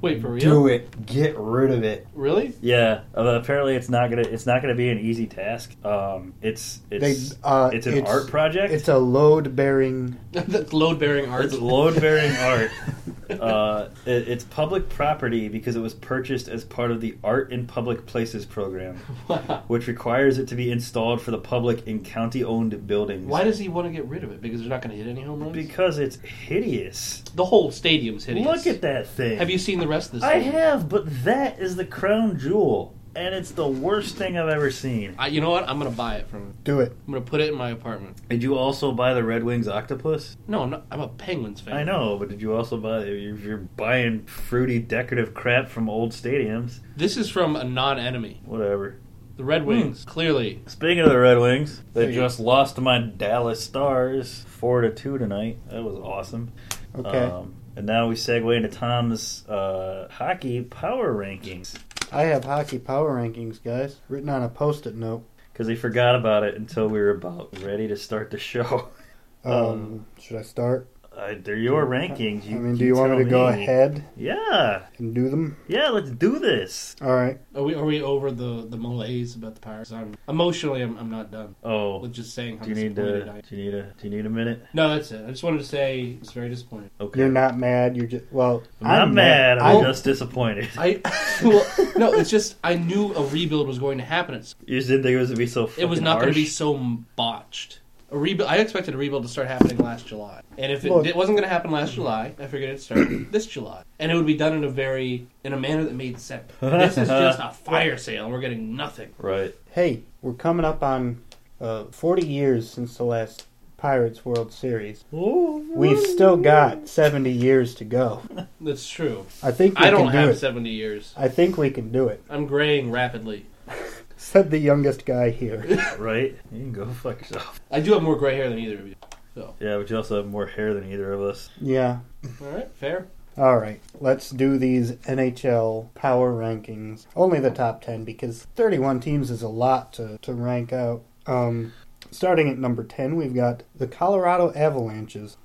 I: Wait for real?
H: it. Get rid of it.
I: Really?
H: Yeah. uh, apparently, it's not gonna it's not gonna be an easy task. Um, it's it's
G: They, uh,
H: it's an
G: it's-
H: art project.
G: It's a load bearing.
I: That's load-bearing art.
H: It's load bearing art. Uh, it, it's public property because it was purchased as part of the Art in Public Places program,
I: Wow.
H: which requires it to be installed for the public in county owned buildings.
I: Why does he want to get rid of it? Because they're not going to hit any home runs.
H: Because it's hideous.
I: the whole stadium's hideous.
H: Look at that thing.
I: Have you seen the rest of this?
H: I have, but that is the crown jewel, and it's the worst thing I've ever seen.
I: I, you know what? I'm going to buy it from. him.
G: Do it.
I: I'm going to put it in my apartment.
H: Did you also buy the Red Wings octopus?
I: No, I'm, not, I'm a Penguins fan.
H: I know, but did you also buy? If you're buying fruity decorative crap from old stadiums,
I: This is from a non-enemy.
H: whatever.
I: The
H: Hmm.
I: Red Wings, clearly.
H: Speaking of the Red Wings,
G: Hey.
H: they just lost to my Dallas Stars four to two tonight. That was awesome. Um,
G: Okay.
H: and now we segue into Tom's uh, hockey power rankings
G: I have hockey power rankings, guys, written on a post-it note.
H: because he forgot about it until we were about ready to start the show.
G: Um,
H: Um,
G: should I start?
H: Uh, they're your rankings.
G: I mean, do you want me to
H: tell
G: go ahead
H: Yeah,
G: and do them?
H: yeah. Let's do this.
G: All right.
I: Are we are we over the the malaise about the Pirates? I'm emotionally I'm, I'm not done
H: Oh,
I: with just saying how
H: do you need
I: disappointed
H: to?
I: I
H: Do you need a? Do you need a minute?
I: No, that's it. I just wanted to say I was very disappointed.
H: Okay.
G: You're not mad. You're just well.
H: I'm, not mad. I'm
G: I'll-
H: just disappointed.
I: I well, no, it's just I knew a rebuild was going to happen. It's,
H: You just didn't think it was gonna be so.
I: it was
H: fucking
I: not going
H: harsh?
I: to be so botched. A rebuild. I expected a rebuild to start happening last July, and if it,
G: Look.
I: it wasn't going to happen last July, I figured it'd start this July, and it would be done in a very in a manner that made sense. This is just a fire sale. and We're getting nothing.
H: Right.
G: Hey, we're coming up on uh, 40 years since the last Pirates World Series. We've still got 70 years to go.
I: That's true.
G: I think we
I: I don't
G: can do
I: have
G: it.
I: seventy years.
G: I think we can do it.
I: I'm graying rapidly.
G: Said the youngest guy here.
H: Right? You can go fuck yourself.
I: I do have more gray hair than either of you. So,
H: Yeah, but you also have more hair than either of us.
G: Yeah.
I: all right, fair.
G: All right, let's do these NHL power rankings. Only the top 10 because 31 teams is a lot to, to rank out. Um, starting at number 10, we've got the Colorado Avalanches.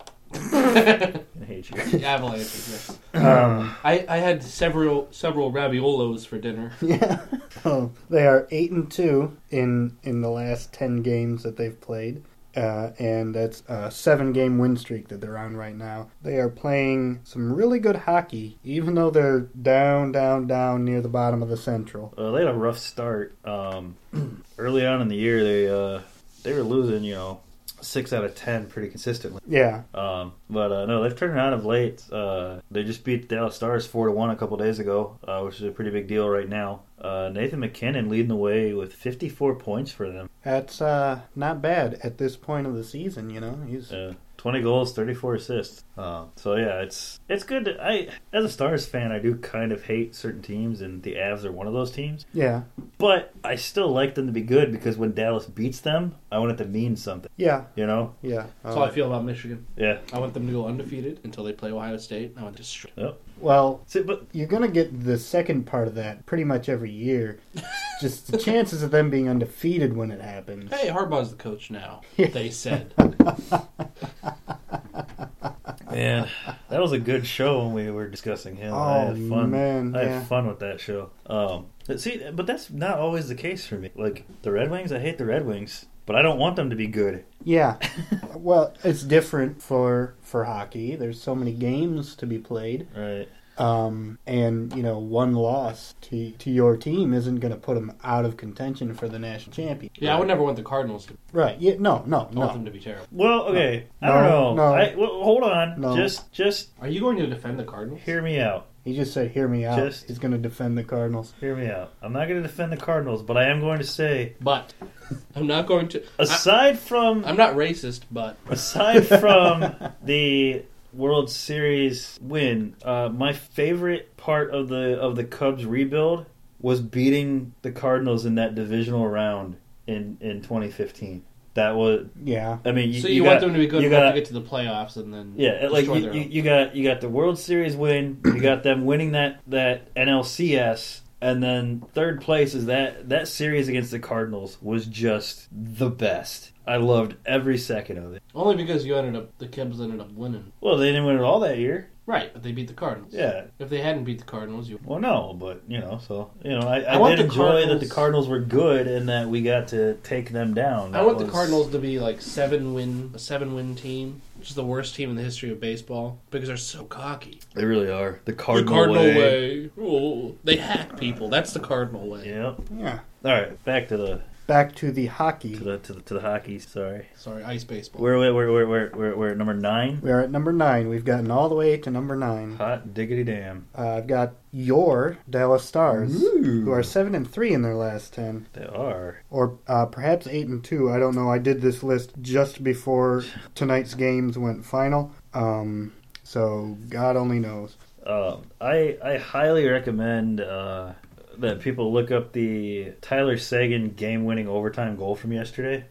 H: I hate you.
I: Avalanches. Yes.
G: Um,
I: I, I had several several raviolos for dinner.
G: Yeah. Oh, they are 8 and 2 in in the last 10 games that they've played. Uh, and that's a seven game win streak that they're on right now. They are playing some really good hockey, even though they're down, down, down near the bottom of the Central.
H: Uh, they had a rough start. Um, early on in the year, they uh, they were losing, you know, six out of ten pretty consistently.
G: Yeah,
H: Um, but uh, no, they've turned around of late. Uh, they just beat the Dallas Stars four to one a couple days ago, uh, which is a pretty big deal right now. Uh, Nathan McKinnon leading the way with 54 points for them.
G: That's uh, not bad at this point of the season, you know. He's
H: Uh, 20 goals, 34 assists. Uh, so yeah, it's it's good. To, I as a Stars fan, I do kind of hate certain teams, and the Avs are one of those teams.
G: yeah,
H: But I still like them to be good because when Dallas beats them, I want it to mean something.
G: yeah,
H: You know?
G: yeah. Uh,
I: That's how I feel about Michigan.
H: Yeah.
I: I want them to go undefeated until they play Ohio State. I want to destroy.
H: Yep.
G: Well,
H: See, but
G: you're gonna get the second part of that pretty much every year. Just the chances of them being undefeated when it happens.
I: Hey, Harbaugh's the coach now. They said.
H: Man, that was a good show when we were discussing him. I
G: Oh,
H: had fun.
G: man,
H: I
G: yeah.
H: had fun with that show. Um, but see, but that's not always the case for me. Like the Red Wings, I hate the Red Wings, but I don't want them to be good.
G: Yeah. well, it's different for for hockey. There's so many games to be played,
H: Right.
G: um, and you know, one loss to to your team isn't gonna put them out of contention for the national championship.
I: Yeah, I would never want the Cardinals to.
G: Right? Yeah. No. No.
I: I want
G: No.
I: them to be terrible.
H: Well, okay. I
G: No,
H: don't know.
G: no.
H: I, well, hold on.
G: No.
H: Just, just
I: Are you going to defend the Cardinals?
H: hear me out.
G: He just said, "Hear me out."
H: Just-
G: He's gonna defend the Cardinals.
H: Hear me out. I'm not going to defend the Cardinals, but I am going to say,
I: But I'm not going to. I,
H: aside from
I: I'm not racist, but
H: aside from the World Series win, uh, my favorite part of the of the Cubs rebuild was beating the Cardinals in that divisional round in in 2015. That was,
G: Yeah.
H: I mean, you,
I: so you, want
H: got-
I: them to be good
H: You
I: enough
H: got
I: to get to the playoffs and then
H: yeah, like
I: destroy
H: you,
I: their
H: you,
I: own.
H: you got you got the World Series win, you got them winning that that NLCS, and then third place is that that series against the Cardinals was just the best. I loved every second of it.
I: only because you ended up the Cubs ended up winning.
H: Well, they didn't win it all that year.
I: Right, but they beat the Cardinals.
H: Yeah.
I: If they hadn't beat the Cardinals, you
H: Well, no, but you know, so you know, I,
I: I
H: I,
I: want
H: did
I: the
H: enjoy
I: Cardinals-
H: that the Cardinals were good and that we got to take them down.
I: I
H: That
I: want the
H: was-
I: Cardinals to be like seven win a seven win team, which is the worst team in the history of baseball because they're so cocky.
H: They really are the Cardinal, way.
I: Ooh. they hack people. That's the Cardinal way.
H: Yep.
G: Yeah.
H: All right, back to the
G: Back to the hockey.
H: to the to the, to the hockey. Sorry,
I: Sorry, ice baseball.
H: we're we're we're we're we're, we're at number nine.
G: We are at number nine. We've gotten all the way to number nine.
H: Hot diggity damn.
G: Uh, I've got your Dallas Stars, who are seven and three in their last ten,
H: They are.
G: or uh, perhaps eight and two. I don't know. I did this list just before tonight's games went final, um, so God only knows.
H: Um, I I highly recommend uh, that people look up the Tyler Sagan game winning overtime goal from yesterday.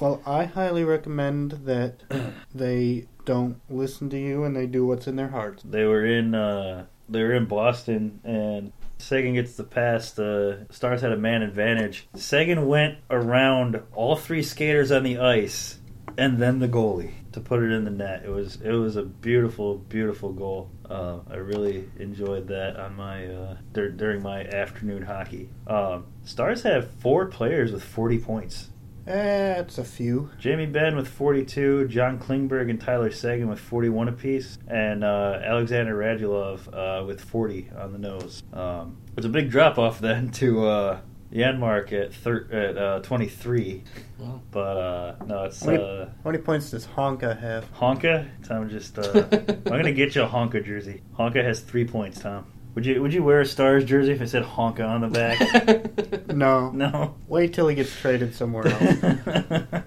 G: Well, I highly recommend that they don't listen to you and they do what's in their hearts.
H: They were in uh, they were in Boston and Sagan gets the pass. The Stars had a man advantage. Sagan went around all three skaters on the ice and then the goalie to put it in the net. It was it was a beautiful beautiful goal. Uh, I really enjoyed that on my uh, dur- during my afternoon hockey. Um, Stars have four players with 40 points.
G: That's a few.
H: Jamie Benn with 42, John Klingberg and Tyler Sagan with 41 apiece, and uh, Alexander Radulov uh, with 40 on the nose. Um, it's a big drop off then to uh, Yanmark at thir- at uh, 23.
I: Wow.
H: But uh, no, it's
G: How many,
H: uh,
G: how many points does Honka have?
H: Honka. Tom just uh, I'm gonna get you a Honka jersey. Honka has three points. Tom, would you would you wear a Stars jersey if it said Honka on the back?
G: No.
H: no.
G: Wait till he gets traded somewhere else.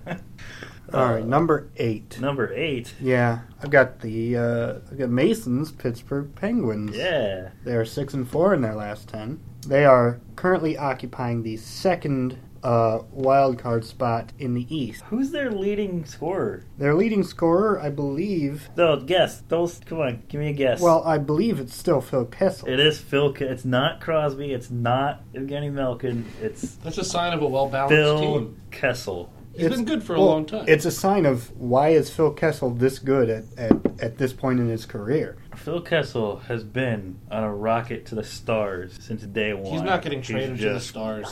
G: All right, number eight.
H: Number eight.
G: Yeah, I've got the uh, I've got Masons, Pittsburgh Penguins.
H: Yeah.
G: they are six and four in their last ten. They are currently occupying the second uh, wild card spot in the East.
H: Who's their leading scorer?
G: Their leading scorer, I believe.
H: No, guess. Don't come on. Give me a guess.
G: Well, I believe it's still Phil Kessel.
H: it is Phil. K- It's not Crosby. It's not Evgeny Malkin. It's
I: That's a sign of a well balanced
H: Phil
I: team.
H: Kessel.
I: He's been good for a
G: well,
I: long time.
G: It's a sign of why is Phil Kessel this good at, at, at this point in his career?
H: Phil Kessel has been on a rocket to the stars since day one.
I: He's not getting traded to the
H: just-
I: stars.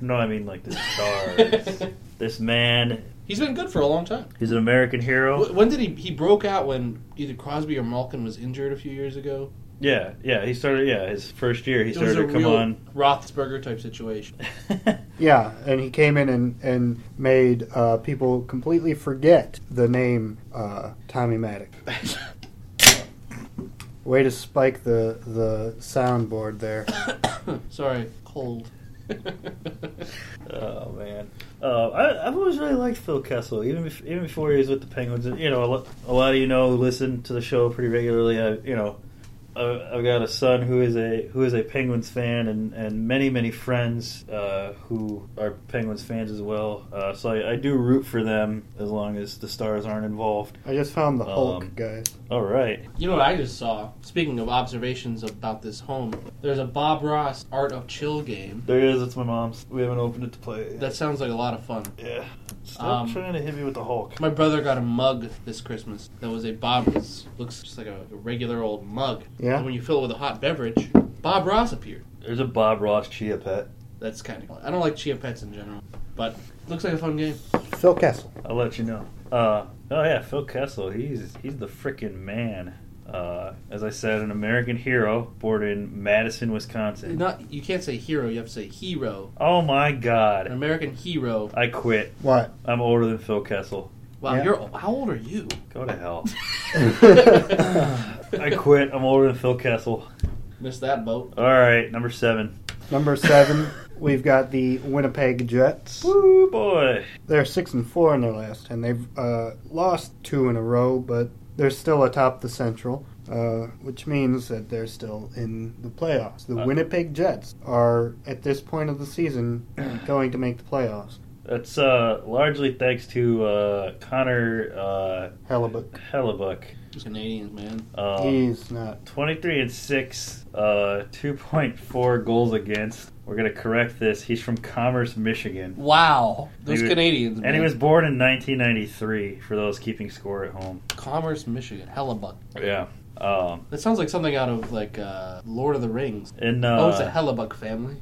H: No, I mean like the stars. this man,
I: He's been good for a long time.
H: he's an American hero.
I: Wh- When did he he broke out? When either Crosby or Malkin was injured a few years ago.
H: Yeah, yeah. He started. Yeah, his first year, he
I: It was
H: started
I: a
H: to come
I: real
H: on.
I: Roethlisberger type situation.
G: Yeah, and he came in and, and made uh, people completely forget the name uh, Tommy Maddox. Way to spike the, the soundboard there.
I: Sorry, cold.
H: Oh man, uh, I, I've always really liked Phil Kessel, even bef- even before he was with the Penguins. And, you know, a lo- a lot of you know who listen to the show pretty regularly. I, you know, I, I've got a son who is a who is a Penguins fan, and, and many many friends uh, who are Penguins fans as well. Uh, so I, I do root for them as long as the Stars aren't involved.
G: I just found the Hulk,
H: Um,
G: guys.
H: All right,
I: You know what I just saw? Speaking of observations about this home, there's a Bob Ross Art of Chill game.
H: there it is. It's my mom's. We haven't opened it to play. yet.
I: That sounds like a lot of fun.
H: yeah. Stop
I: Um,
H: trying to hit me with the Hulk.
I: My brother got a mug this Christmas that was a Bob Ross. Looks just like a, a regular old mug.
G: Yeah.
I: And when you fill it with a hot beverage, Bob Ross appeared.
H: There's a Bob Ross chia pet.
I: That's kind of. I don't like chia pets in general, but looks like a fun game.
G: Phil Kessel.
H: I'll let you know. Uh, oh yeah, Phil Kessel. He's he's the freaking man. Uh, as I said, an American hero born in Madison, Wisconsin.
I: Not you can't say hero. You have to say hero.
H: Oh my
I: An
H: God!
I: American hero.
H: I quit.
G: What?
H: I'm older than Phil Kessel.
I: Wow,
G: Yeah.
I: you're how old are you?
H: Go to hell. I quit. I'm older than Phil Kessel.
I: Missed that boat.
H: All right, number seven.
G: Number seven, we've got the Winnipeg Jets.
H: Woo boy!
G: They're six and four in their last, and they've uh, lost two in a row, but they're still atop the Central, uh, which means that they're still in the playoffs. The
H: Uh.
G: Winnipeg Jets are at this point of the season going to make the playoffs.
H: That's uh, largely thanks to uh, Connor
G: Hellebuck,
H: uh, Hellebuck.
I: Just Canadians, man.
H: Um,
G: he's not.
H: 23 and 6, uh, 2.4 goals against. We're going to correct this. He's from Commerce, Michigan.
I: Wow, those
H: Dude.
I: Canadians.
H: And he
I: man.
H: was born in 1993 for those keeping score at home.
I: Commerce, Michigan. Hellebuck.
H: Yeah. Um,
I: That sounds like something out of like uh, Lord of the Rings.
H: in,
I: oh, it's a
H: uh,
I: Hellebuck family.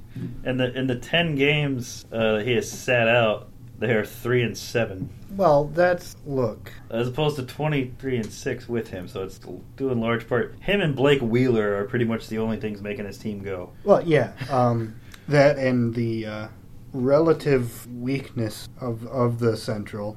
H: in, the, in the 10 games uh, he has sat out, they are 3 and 7,
G: Well, that's look.
H: as opposed to 23 and 6 with him. So it's due in large part. Him and Blake Wheeler are pretty much the only things making his team go.
G: Well, yeah, um, that and the uh, relative weakness of of the Central.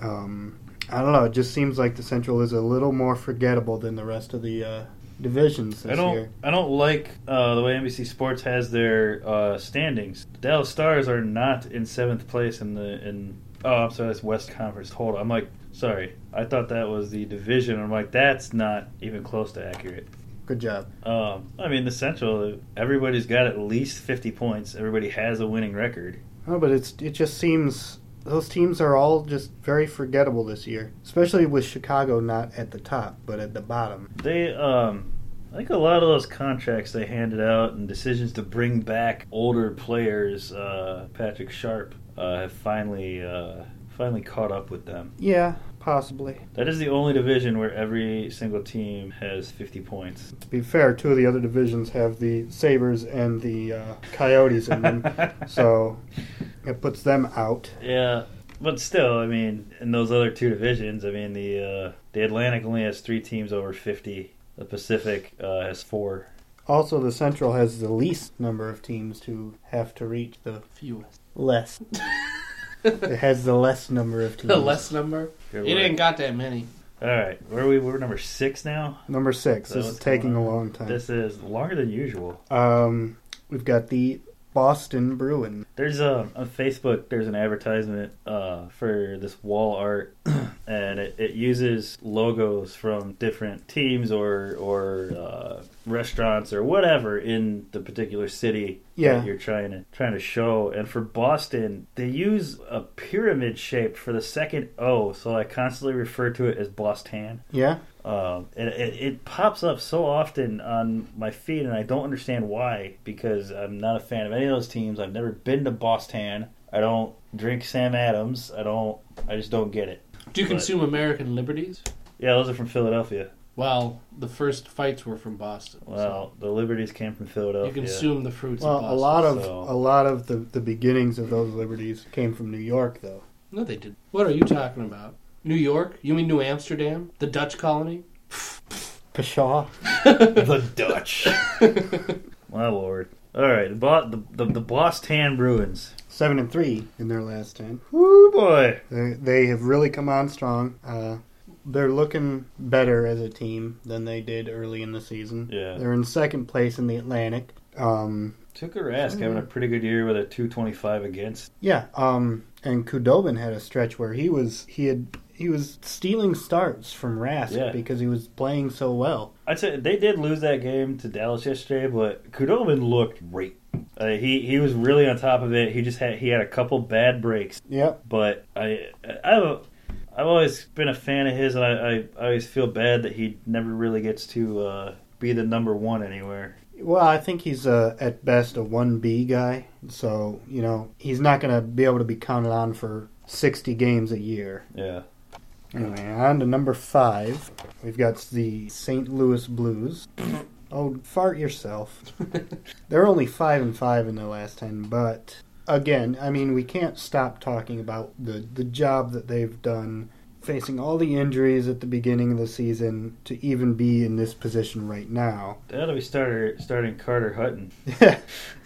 G: Um, I don't know. It just seems like the Central is a little more forgettable than the rest of the uh, divisions this
H: I don't.
G: year.
H: I don't like uh, the way NBC Sports has their uh, standings. The Dallas Stars are not in seventh place in the in. Oh, I'm sorry, that's West Conference total. I'm like, sorry, I thought that was the division. I'm like, that's not even close to accurate.
G: Good job.
H: Um, I mean, the Central, everybody's got at least 50 points. Everybody has a winning record.
G: No, but it's it just seems those teams are all just very forgettable this year, especially with Chicago not at the top but at the bottom.
H: They, um, I think a lot of those contracts they handed out and decisions to bring back older players, uh, Patrick Sharp, uh, have finally, uh, finally caught up with them.
G: Yeah, possibly.
H: That is the only division where every single team has 50 points.
G: To be fair, two of the other divisions have the Sabers and the uh, Coyotes in them, so it puts them out.
H: Yeah, but still, I mean, in those other two divisions, I mean, the uh, the Atlantic only has three teams over 50. The Pacific uh, has four.
G: Also, the Central has the least number of teams to have to reach the
I: Few.
G: less. it has the less number of teams.
I: The less number.
H: Good
I: It
H: work.
I: ain't got that many.
H: All right, where are we? We're number six now.
G: Number six.
H: So
G: this is
H: what's
G: taking
H: going
G: a
H: on?
G: long time.
H: This is longer than usual.
G: Um, we've got the Boston Bruin.
H: There's a on Facebook. There's an advertisement uh, for this wall art, and it, it uses logos from different teams or or uh, restaurants or whatever in the particular city
G: Yeah.
H: that you're trying to trying to show. And for Boston, they use a pyramid shape for the second O, so I constantly refer to it as Bostan.
G: Yeah,
H: Um, and it, it pops up so often on my feed, and I don't understand why because I'm not a fan of any of those teams. I've never been to Boston. I don't drink Sam Adams. I don't. I just don't get it.
I: Do you
H: But-
I: consume American liberties?
H: Yeah, those are from Philadelphia.
I: Well, the first fights were from Boston. so
H: Well, the Liberties came from Philadelphia.
I: you consume the fruits
G: well,
I: of
G: a
I: Boston.
G: lot of
H: so-
G: a lot of the, the beginnings of those liberties came from New York, though.
I: No, they did. What are you talking about? New York? You mean New Amsterdam? The Dutch colony?
G: Pshaw.
H: the Dutch. my lord. All right, the Bo- the, the, the Boston Bruins.
G: Seven and three in their last ten.
H: Woo boy.
G: They, they have really come on strong. Uh, they're looking better as a team than they did early in the season.
H: Yeah.
G: They're in second place in the Atlantic. Um,
H: Took a rask having a pretty good year with a 225 against.
G: yeah. Um, and Kudobin had a stretch where he was he had he was stealing starts from Rask
H: Yeah.
G: because he was playing so well.
H: I'd say they did lose that game to Dallas yesterday, but Kudobin looked great. Uh, he he was really on top of it. He just had he had a couple bad breaks,
G: Yep.
H: but I I've a- I've always been a fan of his, and I, I, I always feel bad that he never really gets to uh, be the number one anywhere.
G: Well, I think he's uh at best a one B guy. So you know he's not going to be able to be counted on for sixty games a year.
H: Yeah,
G: Anyway, on to number five. We've got the St. Louis Blues. oh, fart yourself. They're only five and five in the last ten, but again, I mean, we can't stop talking about the the job that they've done, facing all the injuries at the beginning of the season to even be in this position right now.
H: that'll be starter starting Carter Hutton. He's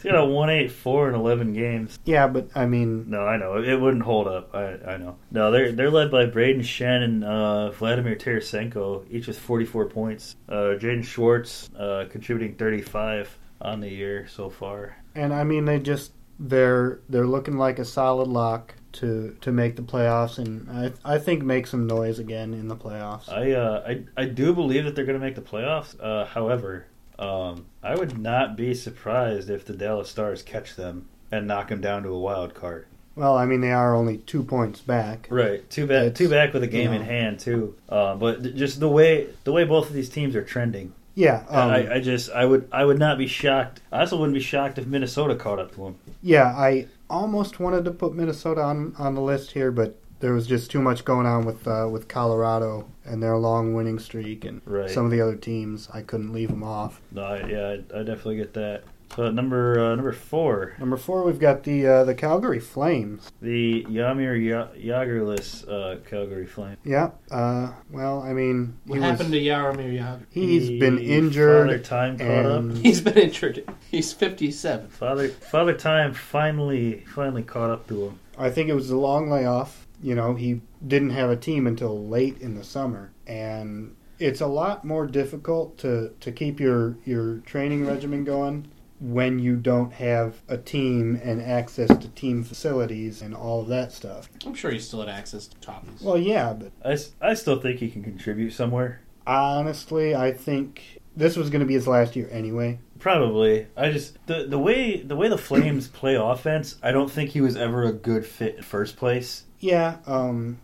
H: got a one eight four in eleven games.
G: yeah, but I mean,
H: No, I know it wouldn't hold up. I I know. No, they're they're led by Braden Shen and uh, Vladimir Tarasenko, each with 44 points. Uh, Jaden Schwartz uh, contributing 35 on the year so far.
G: and I mean they just they're they're looking like a solid lock. To, to make the playoffs and I, I think make some noise again in the playoffs.
H: I uh, I I do believe that they're going to make the playoffs. Uh, however, um, I would not be surprised if the Dallas Stars catch them and knock them down to a wild card.
G: Well, I mean, they are only two points back.
H: Right, two back,
G: It's-
H: two back with a game in
G: yeah.
H: hand too. Uh, but th- just the way the way both of these teams are trending.
G: Yeah, um,
H: I, I just I would I would not be shocked. I also wouldn't be shocked if Minnesota caught up to him.
G: yeah. I almost wanted to put Minnesota on on the list here, but there was just too much going on with uh, with Colorado and their long winning streak, and
H: Right.
G: some of the other teams. I couldn't leave them off.
H: No, I, yeah, I, I definitely get that. So at number uh, number four,
G: Number four, we've got the uh, the Calgary Flames.
H: the Yamir ya- Yagerless uh, Calgary Flame.
G: Yeah. Uh, well, I mean,
I: What happened to Yaromir Yager?
G: He's been
H: He- Father
G: injured.
H: Time caught up.
G: And
I: He's been injured. He's 57.
H: Father Father Time finally finally caught up to him.
G: I think it was a long layoff. You know, he didn't have a team until late in the summer, and it's a lot more difficult to to keep your your training regimen going when you don't have a team and access to team facilities and all of that stuff.
I: I'm sure he still had access to toppings.
G: Well, yeah, but
H: I, s- I still think he can contribute somewhere.
G: honestly, I think this was going to be his last year anyway.
H: Probably. I just the the way the way the Flames play offense. I don't think he was ever a good fit in first place.
G: Yeah, um,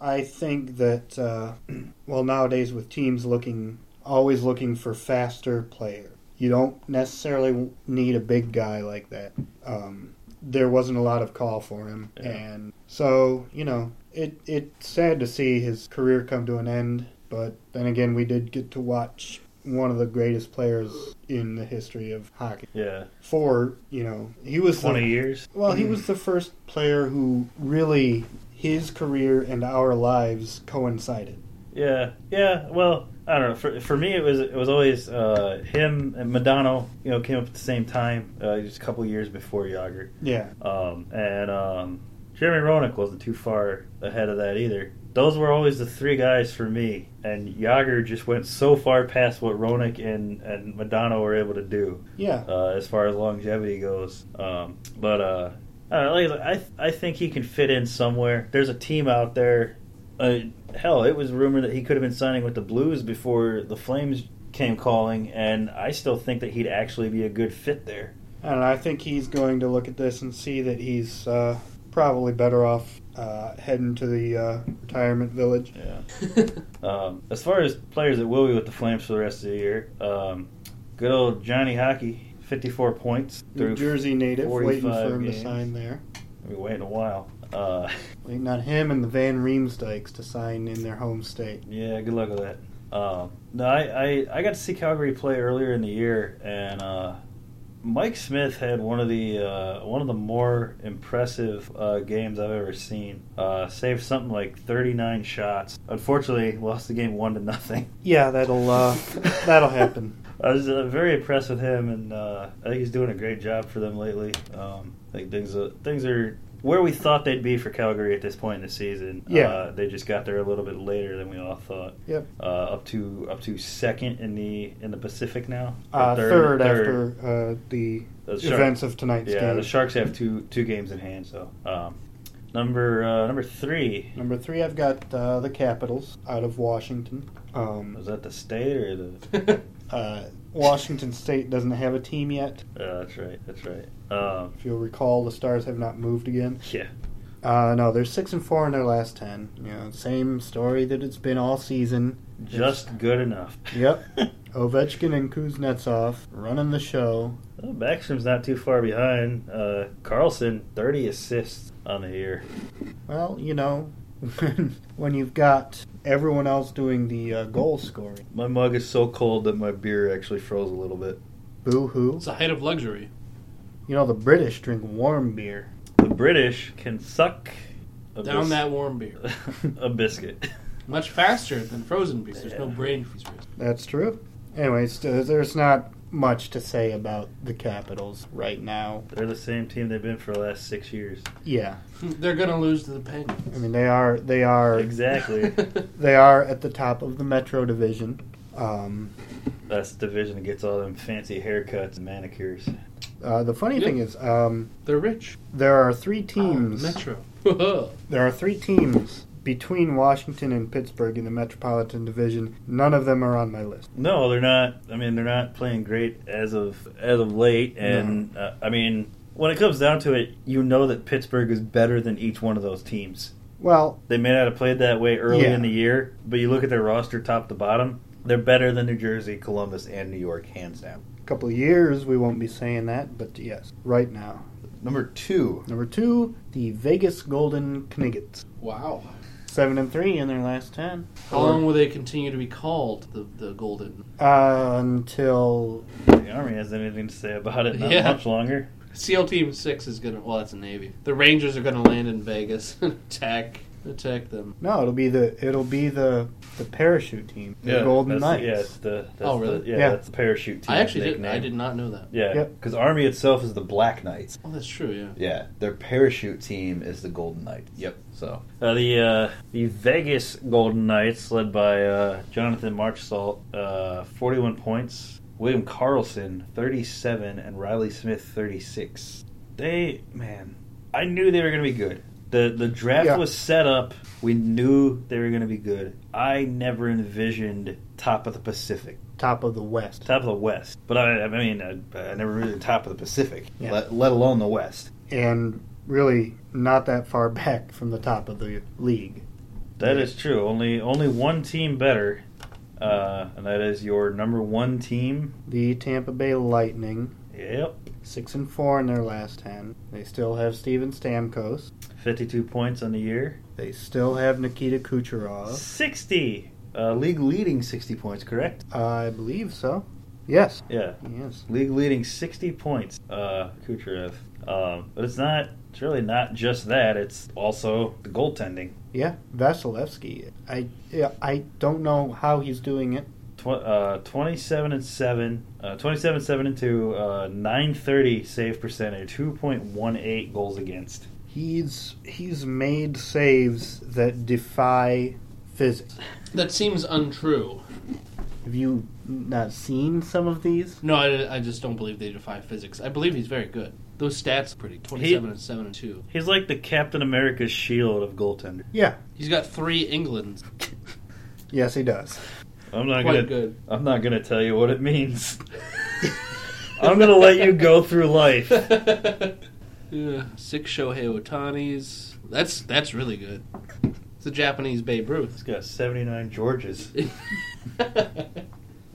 G: I think that uh, well nowadays with teams looking always looking for faster player, you don't necessarily need a big guy like that. Um, there wasn't a lot of call for him,
H: Yeah.
G: and so you know it it's sad to see his career come to an end. But then again, we did get to watch one of the greatest players in the history of hockey.
H: Yeah,
G: For you know, he was the-
H: twenty years.
G: well, he was the first player who really his career and our lives coincided.
H: Yeah, yeah. Well, I don't know. For, for me, it was it was always uh, him and Madonna. You know, came up at the same time, uh, just a couple years before Yager.
G: Yeah.
H: Um, and um, Jeremy Roenick wasn't too far ahead of that either. Those were always the three guys for me, and Yager just went so far past what Roenick and, and Madonna were able to do
G: Yeah.
H: uh, as far as longevity goes. Um, but uh, I, don't know, like, I th- I think he can fit in somewhere. There's a team out there. Uh, hell, it was rumored that he could have been signing with the Blues before the Flames came calling, and I still think that he'd actually be a good fit there.
G: And I think he's going to look at this and see that he's uh, probably better off uh, heading to the uh, retirement village.
H: Yeah. um, as far as players that will be with the Flames for the rest of the year, um, good old Johnny Hockey, 54 points
G: New
H: through.
G: Jersey native, waiting
H: 45
G: for him
H: games.
G: to sign there.
H: We've been waiting a while. Uh,
G: Waiting on him and the Van Riemsdykes to sign in their home state.
H: Yeah, good luck with that. Um, no, I, I, I got to see Calgary play earlier in the year, and uh, Mike Smith had one of the uh, one of the more impressive uh, games I've ever seen. Uh, saved something like 39 shots. Unfortunately, lost the game one to nothing.
G: Yeah, that'll uh, that'll happen.
H: I was uh, very impressed with him, and uh, I think he's doing a great job for them lately. Um, I think things uh, things are where we thought they'd be for Calgary at this point in the season.
G: Yeah.
H: uh, they just got there a little bit later than we all thought.
G: Yep.
H: uh, up to up to second in the in the Pacific now. Or
G: Uh, third, after uh, the
H: The Shark-
G: events of tonight's
H: yeah,
G: game.
H: the Sharks have two two games in hand. So um, number uh, number three
G: Number three, I've got uh, the Capitals out of Washington. Um,
H: was that the state or the
G: uh, Washington State doesn't have a team yet.
H: uh, that's right that's right um,
G: If you'll recall, the Stars have not moved again.
H: yeah
G: Uh, no, they're six and four in their last ten. You know, same story that it's been all season.
H: just good enough.
G: Yep. Ovechkin and Kuznetsov running the show.
H: Well, Backstrom's not too far behind. Uh, Carlson, 30 assists on the year.
G: Well, you know, when when you've got everyone else doing the uh, goal scoring,
H: My mug is so cold that my beer actually froze a little bit.
G: boo hoo.
I: It's a height of luxury.
G: You know, the British drink warm beer.
H: The British can suck a
I: Down
H: bis-
I: that warm beer.
H: a biscuit.
I: Much faster than frozen beer. There's no brain freeze. risk.
G: That's true. Anyways, uh, there's not much to say about the Capitals right now.
H: They're the same team they've been for the last six years.
G: Yeah,
I: They're gonna lose to the
G: I
I: Penguins.
G: mean they are they are
H: Exactly.
G: they are at the top of the Metro Division. Um,
H: That's the division that gets all them fancy haircuts and manicures.
G: uh, the funny thing is, um,
I: They're rich.
G: there are three teams.
I: Uh, Metro. Whoa.
G: There are three teams between Washington and Pittsburgh in the Metropolitan Division. None of them are on my list.
H: No, they're not. I mean, they're not playing great as of as of late. And uh, I mean, when it comes down to it, you know that Pittsburgh is better than each one of those teams.
G: Well,
H: They may not have played that way early
G: Yeah.
H: in the year, but you look at their roster top to bottom, they're better than New Jersey, Columbus, and New York, hands down.
G: a couple of years we won't be saying that, but yes, right now.
H: Number two.
G: Number two, the Vegas Golden Kniggets,
I: Wow.
G: seven and three in their last ten.
I: How long will they continue to be called the the Golden?
G: Uh, until
H: The Army has anything to say about it, not
I: Yeah.
H: much longer.
I: SEAL Team Six is gonna. Well, that's a Navy. The Rangers are gonna land in Vegas and attack attack them.
G: no, it'll be the it'll be the the parachute team, the Golden
H: that's,
G: Knights.
H: Yeah, it's the, that's
I: Oh, really?
H: the- yeah,
G: Yeah.
H: that's the parachute team.
I: I actually did.
H: nickname.
I: I did not know that.
H: Yeah,
G: Yep.
H: because Army itself is the Black Knights.
I: Oh, that's true. Yeah.
J: Yeah, their parachute team is the Golden Knight. Yep. So
H: Uh, the uh, the Vegas Golden Knights, led by uh, Jonathan Marchessault, uh, 41 points. William Carlson, 37, and Riley Smith, 36. They, man, I knew they were going to be good. The the draft
G: Yeah.
H: was set up. We knew they were going to be good. I never envisioned top of the Pacific,
G: top of the West.
H: top of the West. But I, I mean, I, I never really top of the Pacific,
G: Yeah.
H: let, let alone the West.
G: and really not that far back from the top of the league.
H: That is true. Only only one team better, uh, and that is your number one team.
G: The Tampa Bay Lightning,
H: Yep,
G: six and four in their last ten. They still have Steven Stamkos.
H: fifty-two points on the year,
G: They still have Nikita Kucherov.
H: sixty. Uh, league leading 60 points, correct?
G: Uh, I believe so. Yes.
H: Yeah,
G: Yes.
H: league leading 60 points, uh, Kucherov. Um, but it's not, it's really not just that, it's also the goaltending.
G: Yeah. Vasilevsky. I yeah, I don't know how he's doing it.
H: Tw- uh, 27 and 7, uh, 27 7 and 2, uh, 930 save percentage, 2.18 goals against.
G: He's he's made saves that defy physics.
I: That seems untrue.
G: Have you not seen some of these?
I: No, I, I just don't believe they defy physics. I believe he's very good. Those stats are pretty twenty-seven and seven and two.
H: He's like the Captain America's shield of goaltender.
G: Yeah.
I: He's got three Englands.
G: Yes, he does.
H: I'm not
I: Quite
H: gonna.
I: good.
H: I'm not gonna tell you what it means. I'm gonna let you go through life.
I: yeah, six Shohei Otanis. That's that's really good. It's a Japanese Babe Ruth.
H: He's got 79 Georges.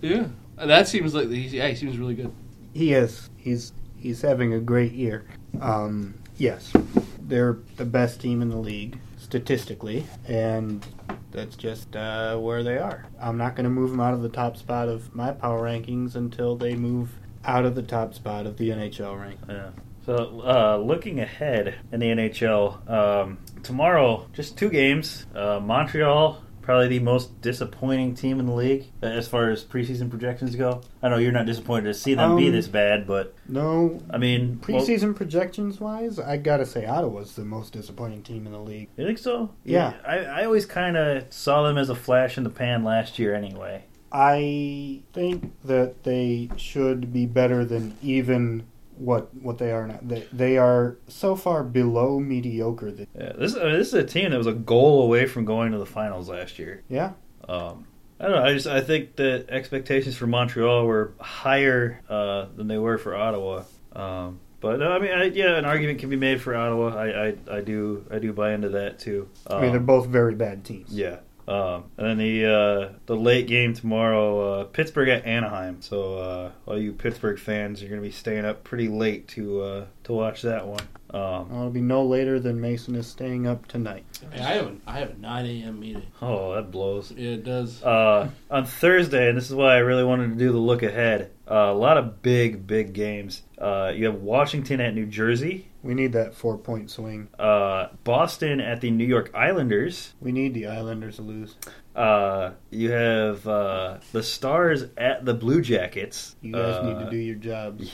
I: yeah, And that seems like he, yeah, he seems really good.
G: He is. He's he's having a great year. Um, yes, they're the best team in the league statistically, and that's just uh, where they are. I'm not going to move them out of the top spot of my power rankings until they move out of the top spot of the NHL rank.
H: Yeah. So, uh, looking ahead in the NHL, um, tomorrow, just two games. Uh, Montreal, probably the most disappointing team in the league uh, as far as preseason projections go. I know you're not disappointed to see them be
G: Um,
H: this bad, but
G: No.
H: I mean, well,
G: Preseason projections wise, I gotta say Ottawa's the most disappointing team in the league.
H: you think so?
G: Yeah.
H: I, I always kind of saw them as a flash in the pan last year, anyway.
G: I think that they should be better than even what what they are now. They, they are so far below mediocre. That,
H: Yeah, this I mean, this is a team that was a goal away from going to the finals last year.
G: yeah,
H: Um, I don't know. I just I think that expectations for Montreal were higher uh, than they were for Ottawa. Um, but no, I mean, I, yeah, an argument can be made for Ottawa. I, I, I do I do buy into that too. Um,
G: I mean they're both very bad teams.
H: yeah. Um, and then the uh, the late game tomorrow, uh, Pittsburgh at Anaheim. So uh, all you Pittsburgh fans, you're gonna be staying up pretty late to uh, to watch that one. Um,
G: Well, it'll be no later than Mason is staying up tonight.
I: I have a, I have a nine a.m. meeting.
H: oh, that blows.
I: Yeah, it does.
H: uh, on Thursday, and this is why I really wanted to do the look ahead. Uh, a lot of big, big games. Uh, you have Washington at New Jersey,
G: We need that four point swing.
H: uh, Boston at the New York Islanders.
G: We need the Islanders to lose.
H: Uh, you have uh, the Stars at the Blue Jackets.
G: You guys need
H: Uh,
G: to do your jobs.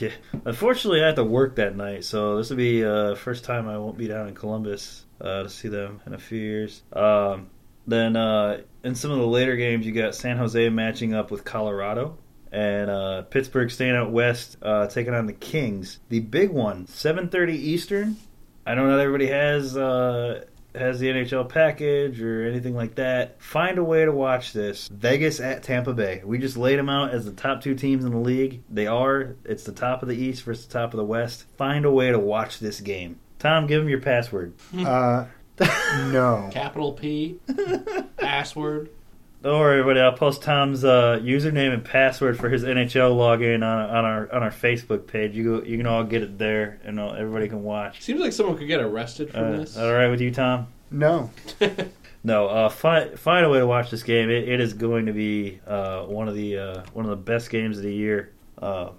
H: Yeah, unfortunately, I have to work that night, so this will be uh, first time I won't be down in Columbus uh, to see them in a few years. Um, then uh, in some of the later games, you got San Jose matching up with Colorado, and uh, Pittsburgh staying out west, uh, taking on the Kings. The big one, seven thirty Eastern. I don't know that everybody has uh, has the NHL package or anything like that. Find a way to watch this. Vegas at Tampa Bay. We just laid them out as the top two teams in the league. They are. It's the top of the East versus the top of the West. Find a way to watch this game. Tom, give him your password.
G: Uh, no.
I: Capital P, password.
H: Don't worry, everybody. I'll post Tom's uh, username and password for his NHL login on, on our on our Facebook page. You go, you can all get it there, and all, everybody can watch.
I: Seems like someone could get arrested from
H: Uh,
I: this.
H: all right with you, Tom?
G: No.
H: No, uh, find find a way to watch this game. It, it is going to be uh, one of the uh, one of the best games of the year. Uh,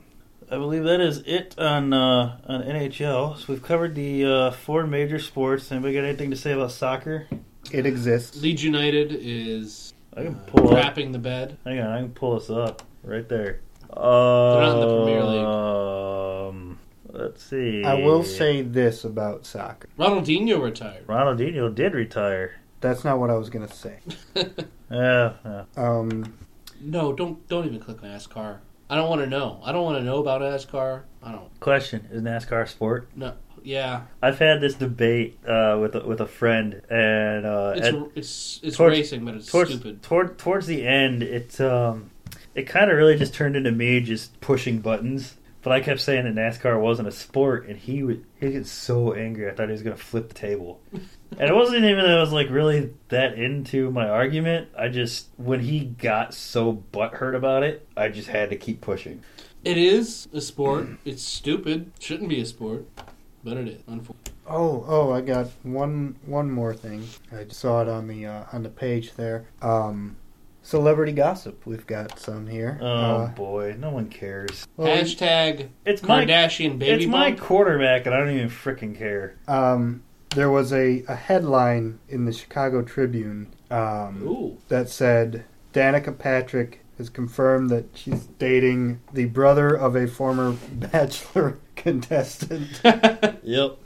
H: I believe that is it on uh, on NHL. So we've covered the uh, four major sports. Anybody got anything to say about soccer?
G: It exists.
I: Leeds United is
H: I can
I: uh,
H: pull up.
I: wrapping the bed.
H: Hang on, I can pull this up right there.
I: in the Premier League.
H: Um, let's see.
G: I will say this about soccer.
I: Ronaldinho retired.
H: Ronaldinho did retire. Uh,
G: That's not what I was going to say.
H: Yeah, yeah.
G: Um,
I: No, don't don't even click on NASCAR. I don't want to know. I don't want to know about NASCAR. I don't.
H: Question: Is NASCAR a sport?
I: No. Yeah,
H: I've had this debate uh, with a, with a friend, and uh,
I: it's
H: at-
I: it's it's
H: towards-
I: racing, but it's
H: towards
I: stupid.
H: toward towards the end, it um, it kind of really just turned into me just pushing buttons. But I kept saying that NASCAR wasn't a sport, and he would he gets so angry. I thought he was gonna flip the table. And it wasn't even that I was like really that into my argument. I just when he got so butthurt about it, I just had to keep pushing.
I: It is a sport. It's stupid. Shouldn't be a sport, but it is. Unfortunately.
G: oh, oh, I got one one more thing. I just saw it on the uh, on the page there. Um, celebrity gossip. We've got some here.
H: Oh
G: Uh,
H: boy, no one cares.
G: well,
I: Hashtag
H: It's my
I: Kardashian baby
H: it's my
I: bump.
H: quarterback, and I don't even freaking care.
G: um, there was a, a headline in the Chicago Tribune um,
I: Ooh,
G: that said Danica Patrick has confirmed that she's dating the brother of a former Bachelor contestant.
H: Yep.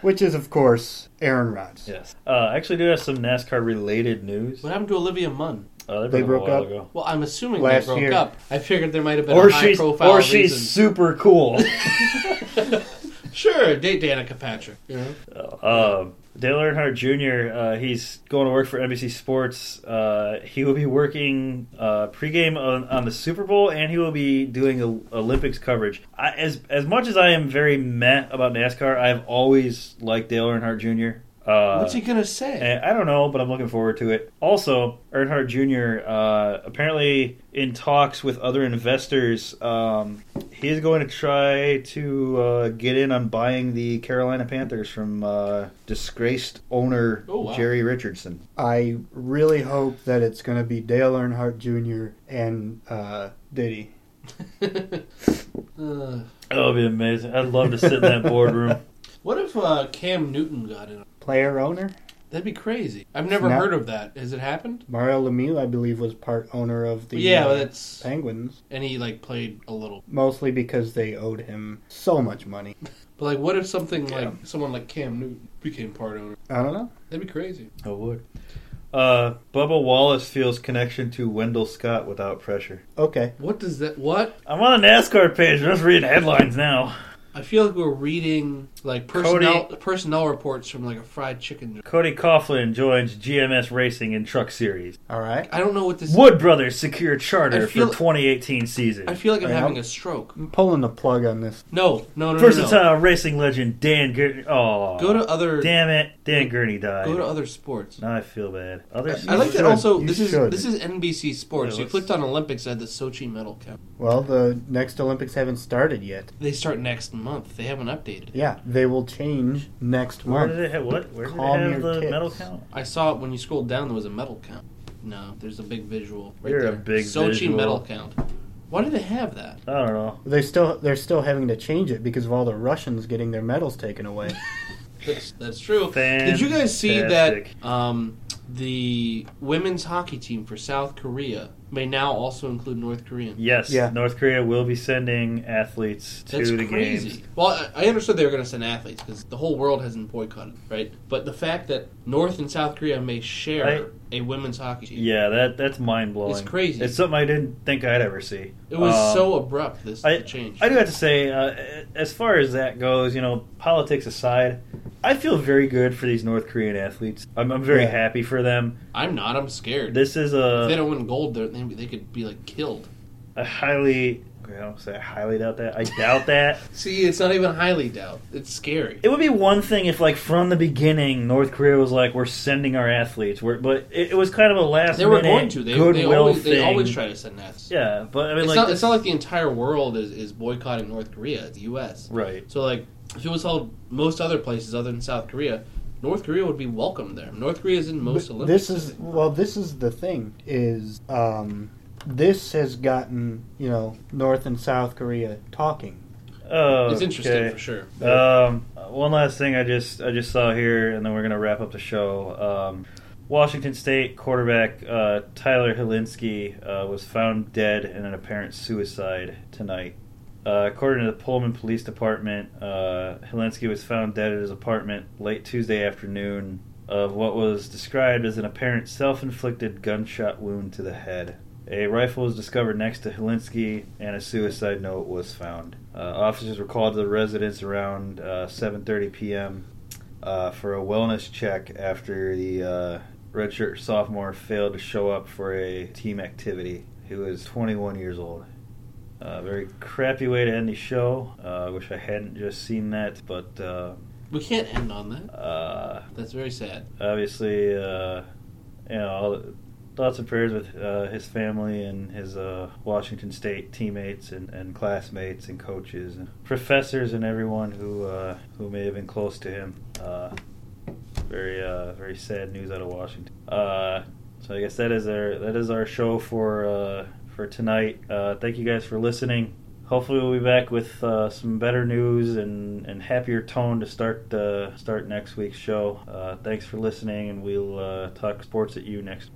G: Which is, of course, Aaron Rodgers.
H: Yes. Uh, I actually do have some NASCAR related news.
I: What happened to Olivia Munn?
H: Uh,
G: They broke up?
I: Well, I'm assuming
G: Last
I: they broke
G: year.
I: up. I figured there might have been
H: Or
I: a high
H: she's
I: profile
H: or she's super cool.
I: sure date Danica Patrick. You know?
H: Uh, Dale Earnhardt Jr. Uh, he's going to work for NBC Sports. Uh, he will be working uh, pregame on, on the Super Bowl, and he will be doing a, Olympics coverage. I, as as much as I am very meh about NASCAR, I've always liked Dale Earnhardt Jr. Uh,
I: What's he gonna say?
H: and I don't know, but I'm looking forward to it. Also, Earnhardt Jr. Uh, apparently in talks with other investors. Um, he's going to try to uh, get in on buying the Carolina Panthers from uh, disgraced owner
I: Oh, wow.
H: Jerry Richardson.
G: I really hope that it's going to be Dale Earnhardt Jr. and uh, Diddy.
I: Uh,
H: That would be amazing. I'd love to sit in that boardroom.
I: what if uh, Cam Newton got in?
G: Player owner?
I: That'd be crazy. I've never
G: No.
I: heard of that. Has it happened?
G: Mario Lemieux, I believe, was part owner of the
I: yeah,
G: uh,
I: well, that's
G: Penguins,
I: and he like played a little.
G: mostly because they owed him so much money.
I: But like, what if something like someone like Cam Newton became part owner?
G: I don't know.
I: That'd be crazy.
H: I would. Uh, Bubba Wallace feels connection to Wendell Scott without pressure.
G: Okay.
I: What does that? What?
H: I'm on a NASCAR page. I'm just reading headlines now.
I: I feel like we're reading like
H: Cody-
I: personnel personnel reports from like a fried chicken.
H: Cody Coughlin joins GMS Racing in Truck Series.
G: All right.
I: I don't know what this.
H: Wood Brothers secure
I: I
H: charter
I: feel-
H: for 2018 season.
I: I feel like I'm
G: Yeah.
I: having a stroke.
G: I'm pulling the plug on this.
I: No, no, no, no, no.
H: Versatile racing legend Dan Gurney. Oh,
I: Go to other.
H: damn it, uh, Dan Gurney died.
I: Go to other sports.
H: now I feel bad. Other
I: I like
G: should.
I: that. Also,
G: You
I: this
G: should.
I: is this is NBC Sports.
H: Yeah,
I: you
H: let's-
I: clicked on Olympics at the Sochi medal count.
G: Well, the next Olympics haven't started yet.
I: They start next month. They haven't updated. it.
G: Yeah, they will change next
H: Where did
G: month.
H: it have what? Where did
G: Calm
H: it have
G: your
H: the
G: tits.
H: medal count?
I: I saw it when you scrolled down. There was a medal count. No, there's a big visual. Right
H: You're a
I: there.
H: big
I: Sochi
H: visual.
I: medal count. Why do they have that?
H: I don't know.
G: They still they're still having to change it because of all the Russians getting their medals taken away.
I: That's, that's true. Did you guys see that
H: Fantastic.
I: um, the women's hockey team for South Korea may now also include North Korean?
H: Yes,
G: Yeah.
H: North Korea will be sending athletes to
I: That's
H: the
I: crazy.
H: games.
I: Well, I- I understood they were going to send athletes because the whole world hasn't boycotted, right? But the fact that North and South Korea may share
H: I-
I: a women's hockey team,
H: Yeah, that that's mind blowing.
I: It's crazy.
H: It's something I didn't think I'd ever see.
I: it was
H: Um,
I: so abrupt. This
H: I,
I: change.
H: I do have to say, uh, as far as that goes, you know, politics aside, I feel very good for these North Korean athletes. I'm, I'm very
G: Yeah.
H: happy for them.
I: I'm not. I'm scared.
H: This uh, is
I: if they
H: a,
I: don't win gold, they're- they they could be like killed.
H: a highly. I don't say I highly doubt that. I doubt that.
I: See, it's not even highly doubt. It's scary.
H: It would be one thing if, like, from the beginning, North Korea was like, "We're sending our athletes," we're, but it, it was kind of a last.
I: they were
H: minute
I: going to. They, they,
H: goodwill
I: always,
H: thing.
I: they always try to send that.
H: Yeah, but I mean,
I: it's,
H: like,
I: not,
H: this-
I: it's not like the entire world is, is boycotting North Korea. It's the U.S.
H: right.
I: So, like, if it was held most other places other than South Korea, North Korea would be welcomed there. North Korea is in most
G: But
I: Olympics.
G: This is well. This is the thing. Is um, this has gotten you know North and South Korea talking.
H: Oh,
I: it's interesting
H: okay.
I: for sure.
H: Um, one last thing I just I just saw here, and then we're gonna wrap up the show. Um, Washington State quarterback uh, Tyler Helinski uh, was found dead in an apparent suicide tonight. Uh, according to the Pullman Police Department, uh, Helinski was found dead at his apartment late Tuesday afternoon of what was described as an apparent self-inflicted gunshot wound to the head. A rifle was discovered next to Helinski, and a suicide note was found. Uh, officers were called to the residence around uh, 7:30 p.m. Uh, for a wellness check after the uh, redshirt sophomore failed to show up for a team activity. He was 21 years old. Uh, very crappy way to end the show. Uh, I wish I hadn't just seen that, but uh,
I: We can't end on that.
H: uh,
I: That's very sad.
H: obviously, uh, you know, all the- thoughts and prayers with uh, his family and his uh, Washington State teammates and, and classmates and coaches and professors and everyone who uh, who may have been close to him. Uh, very uh, very sad news out of Washington. Uh, so I guess that is our that is our show for uh, for tonight. Uh, thank you guys for listening. Hopefully we'll be back with uh, some better news and, and happier tone to start uh, start next week's show. Uh, thanks for listening, and we'll uh, talk sports at you next.